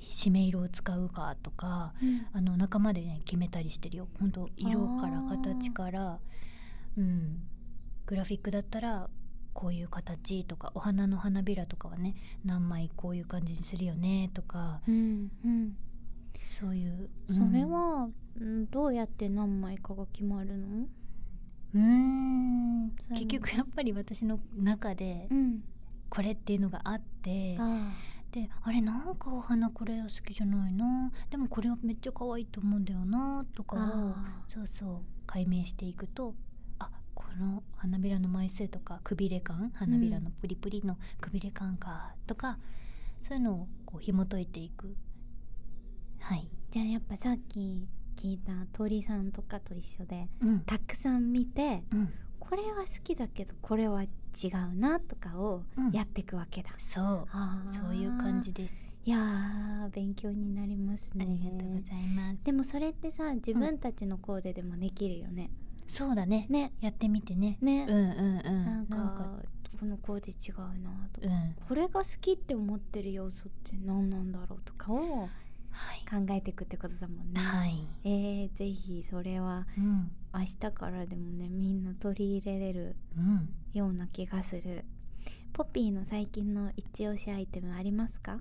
Speaker 2: 締め色を使うかとかあの仲間でね決めたりしてるよ本当色から
Speaker 1: あー
Speaker 2: 形からうんグラフィックだったらこういう形とかお花の花びらとかはね何枚こういう感じにするよねとか
Speaker 1: うんうん、
Speaker 2: そういう、
Speaker 1: それは、うん、どうやって何枚かが決まるの、
Speaker 2: うんうーん
Speaker 1: そういうの
Speaker 2: 結局やっぱり私の中で
Speaker 1: ん、
Speaker 2: これっていうのがあって、
Speaker 1: あ
Speaker 2: であれなんかお花これは好きじゃないなでもこれはめっちゃ可愛いと思うんだよなとかを
Speaker 1: あ
Speaker 2: そうそう解明していくとあこの花びらの枚数とかくびれ感花びらのプリプリのくびれ感かとか、そういうのをこう紐解いていくはい、
Speaker 1: じゃあやっぱさっき聞いた鳥さんとかと一緒で
Speaker 2: うん
Speaker 1: たくさん見て
Speaker 2: うん、
Speaker 1: これは好きだけどこれは違うなとかを
Speaker 2: うん
Speaker 1: やっていくわけだ、
Speaker 2: そう
Speaker 1: あー
Speaker 2: そういう感じです、
Speaker 1: いやー勉強になります
Speaker 2: あ
Speaker 1: ね
Speaker 2: りがとうございます
Speaker 1: でもそれってさ自分たちのコーデでもできるよね、
Speaker 2: そうだね
Speaker 1: ね
Speaker 2: やってみてね
Speaker 1: ね
Speaker 2: うんうんうん
Speaker 1: なんかこのコーデ違うなと
Speaker 2: う
Speaker 1: か、
Speaker 2: ん
Speaker 1: これが好きって思ってる要素って何なんだろうとかを
Speaker 2: はい
Speaker 1: 考えていくってことだもんね、
Speaker 2: はい、
Speaker 1: えー、ぜひそれは
Speaker 2: うん
Speaker 1: 明日からでもねみんな取り入れれる
Speaker 2: うん
Speaker 1: ような気がするポピーの最近の一押しアイテムありますか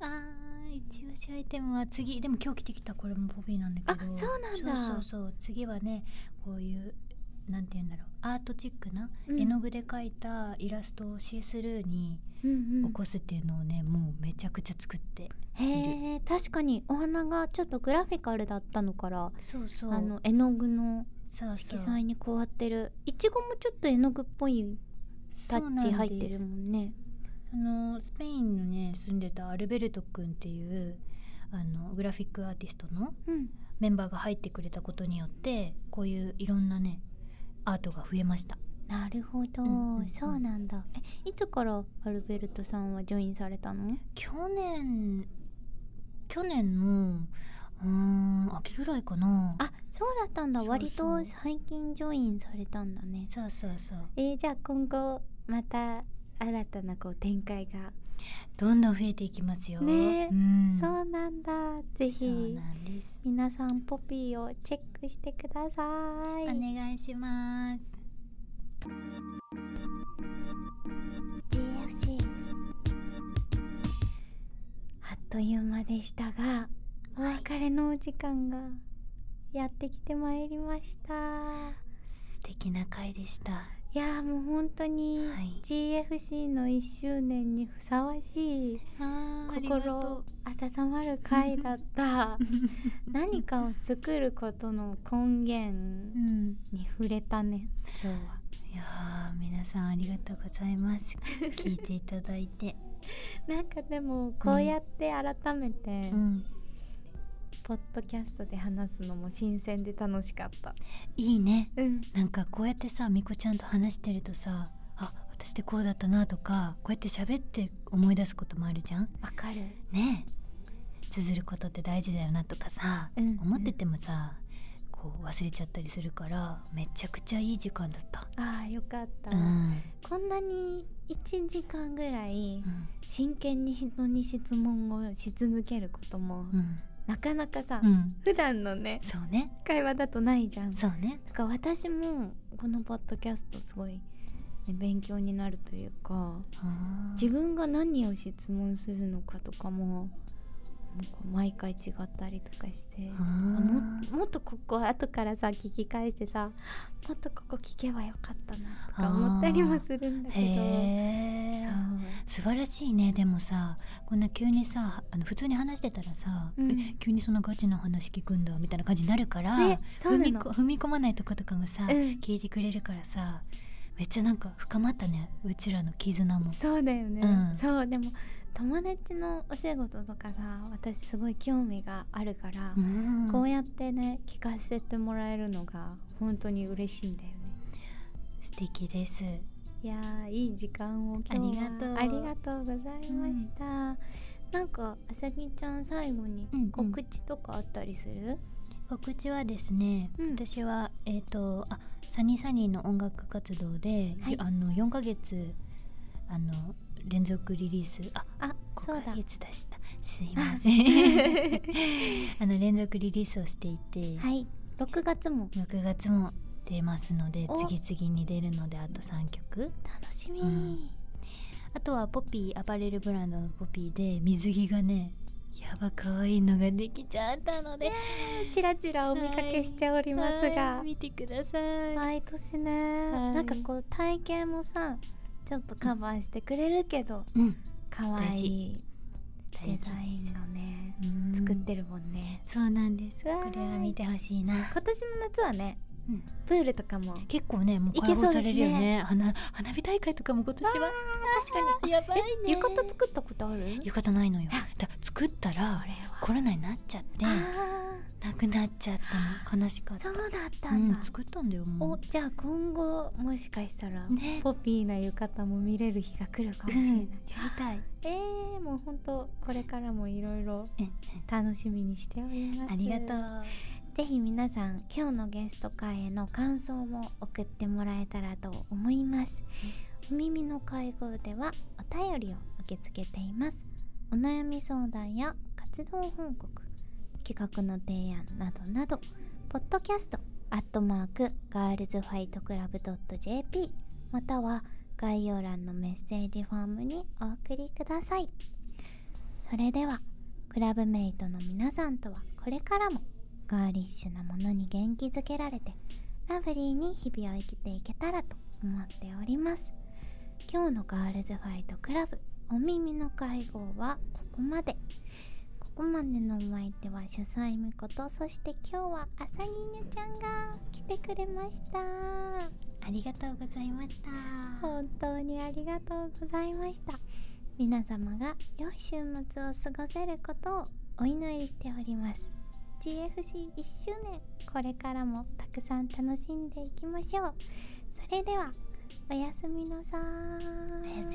Speaker 2: あー一押しアイテムは次でも今日着てきたこれもポピーなんだけど
Speaker 1: あそうなんだ
Speaker 2: そうそうそう次はねこういうなんて言うんだろうアートチックな、
Speaker 1: うん
Speaker 2: 絵の具で描いたイラストをシースルーに
Speaker 1: うんう
Speaker 2: 起こすっていうのをね、もうめちゃくちゃ作って
Speaker 1: へえ確かにお花がちょっとグラフィカルだったのから
Speaker 2: そうそう
Speaker 1: あの絵の具の
Speaker 2: そうそう
Speaker 1: 色彩に加わってるいちごもちょっと絵の具っぽいタ
Speaker 2: そう
Speaker 1: ッ
Speaker 2: なん
Speaker 1: チ
Speaker 2: です
Speaker 1: 入ってるもんね
Speaker 2: そのスペインのね住んでたアルベルト君っていうあのグラフィックアーティストの
Speaker 1: うん
Speaker 2: メンバーが入ってくれたことによってこういういろんなねアートが増えました
Speaker 1: なるほど、
Speaker 2: うんうんうん
Speaker 1: そうなんだえいつからアルベルトさんはジョインされたの
Speaker 2: 去年去年のうーん秋ぐらいかな
Speaker 1: あそうだったんだ
Speaker 2: そうそう
Speaker 1: 割と最近ジョインされたんだね
Speaker 2: そうそうそう
Speaker 1: えーじゃあ今後また新たなこう展開が、
Speaker 2: どんどん増えていきますよ
Speaker 1: ねえ
Speaker 2: うん、
Speaker 1: そうなんだぜ
Speaker 2: そう
Speaker 1: ひ
Speaker 2: なんです、
Speaker 1: 皆さんポピーをチェックしてください
Speaker 2: お願いします
Speaker 1: GFC あっという間でしたがお別れのお時間がやってきてまいりました、
Speaker 2: 素敵な回でした
Speaker 1: い、やーもう本当に
Speaker 2: はい
Speaker 1: GFC の1周年にふさわしい心温まる回だった何かを作ることの根
Speaker 2: う
Speaker 1: 源
Speaker 2: ん
Speaker 1: に触れたね今日はい
Speaker 2: やー皆さんありがとうございます
Speaker 1: [laughs]
Speaker 2: 聞いていただいて
Speaker 1: なんかでもこうやって改めて、
Speaker 2: うん
Speaker 1: ポッドキャストで話すのも新鮮で楽しかった。
Speaker 2: いいね
Speaker 1: うん、
Speaker 2: なんかこうやってさみこちゃんと話してるとさあ私ってこうだったなとかこうやって喋って思い出すこともあるじゃん
Speaker 1: わかる。
Speaker 2: ねえ通ずることって大事だよなとかさ、
Speaker 1: うんうん
Speaker 2: 思っててもさこう忘れちゃったりするからめちゃくちゃいい時間だった。
Speaker 1: ああ、よかった。
Speaker 2: うん
Speaker 1: こんなに1時間ぐらい
Speaker 2: うん
Speaker 1: 真剣に人に質問をし続けることも、
Speaker 2: うん
Speaker 1: なかなかさ、
Speaker 2: うん
Speaker 1: 普段のね、
Speaker 2: そうね
Speaker 1: 会話だとないじゃん。だ
Speaker 2: そうね
Speaker 1: から私もこのポッドキャストすごい、ね、勉強になるというか、
Speaker 2: あー
Speaker 1: 自分が何を質問するのかとかも、なんか毎回違ったりとかして。
Speaker 2: あー
Speaker 1: ももっとここ後からさ聞き返してさもっとここ聞けばよかったなとか思ったりもするんだけど
Speaker 2: へえ
Speaker 1: そう
Speaker 2: 素晴らしいねでもさこんな急にさあの普通に話してたらさ、
Speaker 1: うん
Speaker 2: え急にそんなガチな話聞くんだみたいな感じになるから、
Speaker 1: ねそう
Speaker 2: 踏
Speaker 1: な
Speaker 2: み
Speaker 1: の
Speaker 2: こ踏み込まないとことかもさ、
Speaker 1: うん
Speaker 2: 聞いてくれるからさめっちゃなんか深まったねうちらの絆も。
Speaker 1: そうだよね、
Speaker 2: うん
Speaker 1: そうでも友達のお仕事とかさ私すごい興味があるから、
Speaker 2: うん
Speaker 1: こうやってね聞かせてもらえるのが本当に嬉しいんだよね
Speaker 2: 素敵です。
Speaker 1: いやーいい時間を今日はあ
Speaker 2: あり
Speaker 1: り
Speaker 2: が
Speaker 1: がとうございました、なんかあさぎちゃん最後に
Speaker 2: うんうん
Speaker 1: 告知とかあったりする、
Speaker 2: あ告知はですね、
Speaker 1: うん
Speaker 2: 私はえっ、とあサニーサニーの音楽活動で、
Speaker 1: はい
Speaker 2: あの4ヶ月あの連続リリースあ
Speaker 1: あ
Speaker 2: 5
Speaker 1: そうだ [laughs]
Speaker 2: ヶ月出したすいません [laughs] あの連続リリースをしていて、
Speaker 1: はい6月も
Speaker 2: 6月も出ますので
Speaker 1: お
Speaker 2: 次々に出るのであと3曲
Speaker 1: 楽しみ、
Speaker 2: うんあとはポピーアパレルブランドのポピーで水着がねやば可愛いのができちゃったので
Speaker 1: ちらちらお見かけしておりますが、
Speaker 2: はい見てください、
Speaker 1: 毎年ね、
Speaker 2: はい
Speaker 1: なんかこう体型もさちょっとカバーしてくれるけど
Speaker 2: うん
Speaker 1: 可愛、い
Speaker 2: 大
Speaker 1: デ
Speaker 2: 事
Speaker 1: ザインをね
Speaker 2: うん
Speaker 1: 作ってるもんね、
Speaker 2: そうなんですこ
Speaker 1: わーい
Speaker 2: れは見てほしいな、
Speaker 1: 今年の夏はね
Speaker 2: うん、
Speaker 1: プールとかも
Speaker 2: 結構ねもう
Speaker 1: いけ
Speaker 2: 解
Speaker 1: そう
Speaker 2: 放さ
Speaker 1: ですね
Speaker 2: れるよね花花火大会とかも今年は
Speaker 1: 確かに
Speaker 2: やばい
Speaker 1: え浴衣作ったことある
Speaker 2: 浴衣ないのよだ作ったら
Speaker 1: あれは
Speaker 2: コロナになっちゃって
Speaker 1: あ
Speaker 2: なくなっちゃったの悲しか
Speaker 1: ー
Speaker 2: った
Speaker 1: そうだった
Speaker 2: うんん
Speaker 1: だ、
Speaker 2: 作ったんだよ
Speaker 1: お
Speaker 2: も
Speaker 1: じゃあ今後もしかしたら、
Speaker 2: うね
Speaker 1: ポピーな浴衣も見れる日が来るかもしれない、
Speaker 2: うんやりたい
Speaker 1: えー、もう本当これからもいろいろ
Speaker 2: うん
Speaker 1: 楽しみにしております
Speaker 2: ありがと
Speaker 1: う
Speaker 2: う
Speaker 1: ぜひ皆さん今日のゲスト会への感想も送ってもらえたらと思いますお耳の会合ではお便りを受け付けていますお悩み相談や活動報告企画の提案などなどポッドキャストアットマークガールズファイトクラブ .jp または概要欄のメッセージフォームにお送りくださいそれではクラブメイトの皆さんとはこれからもガーリッシュなものに元気づけられてラブリーに日々を生きていけたらと思っております今日のガールズファイトクラブお耳の会合はここまでここまでのお相手は主催みことそして今日はあさぎぬちゃんが来てくれました
Speaker 2: ありがとうございました
Speaker 1: 本当にありがとうございました皆様が良い週末を過ごせることをお祈りしております GFC1 周年これからもたくさん楽しんでいきましょうそれではおやすみなさーい
Speaker 2: おやすみ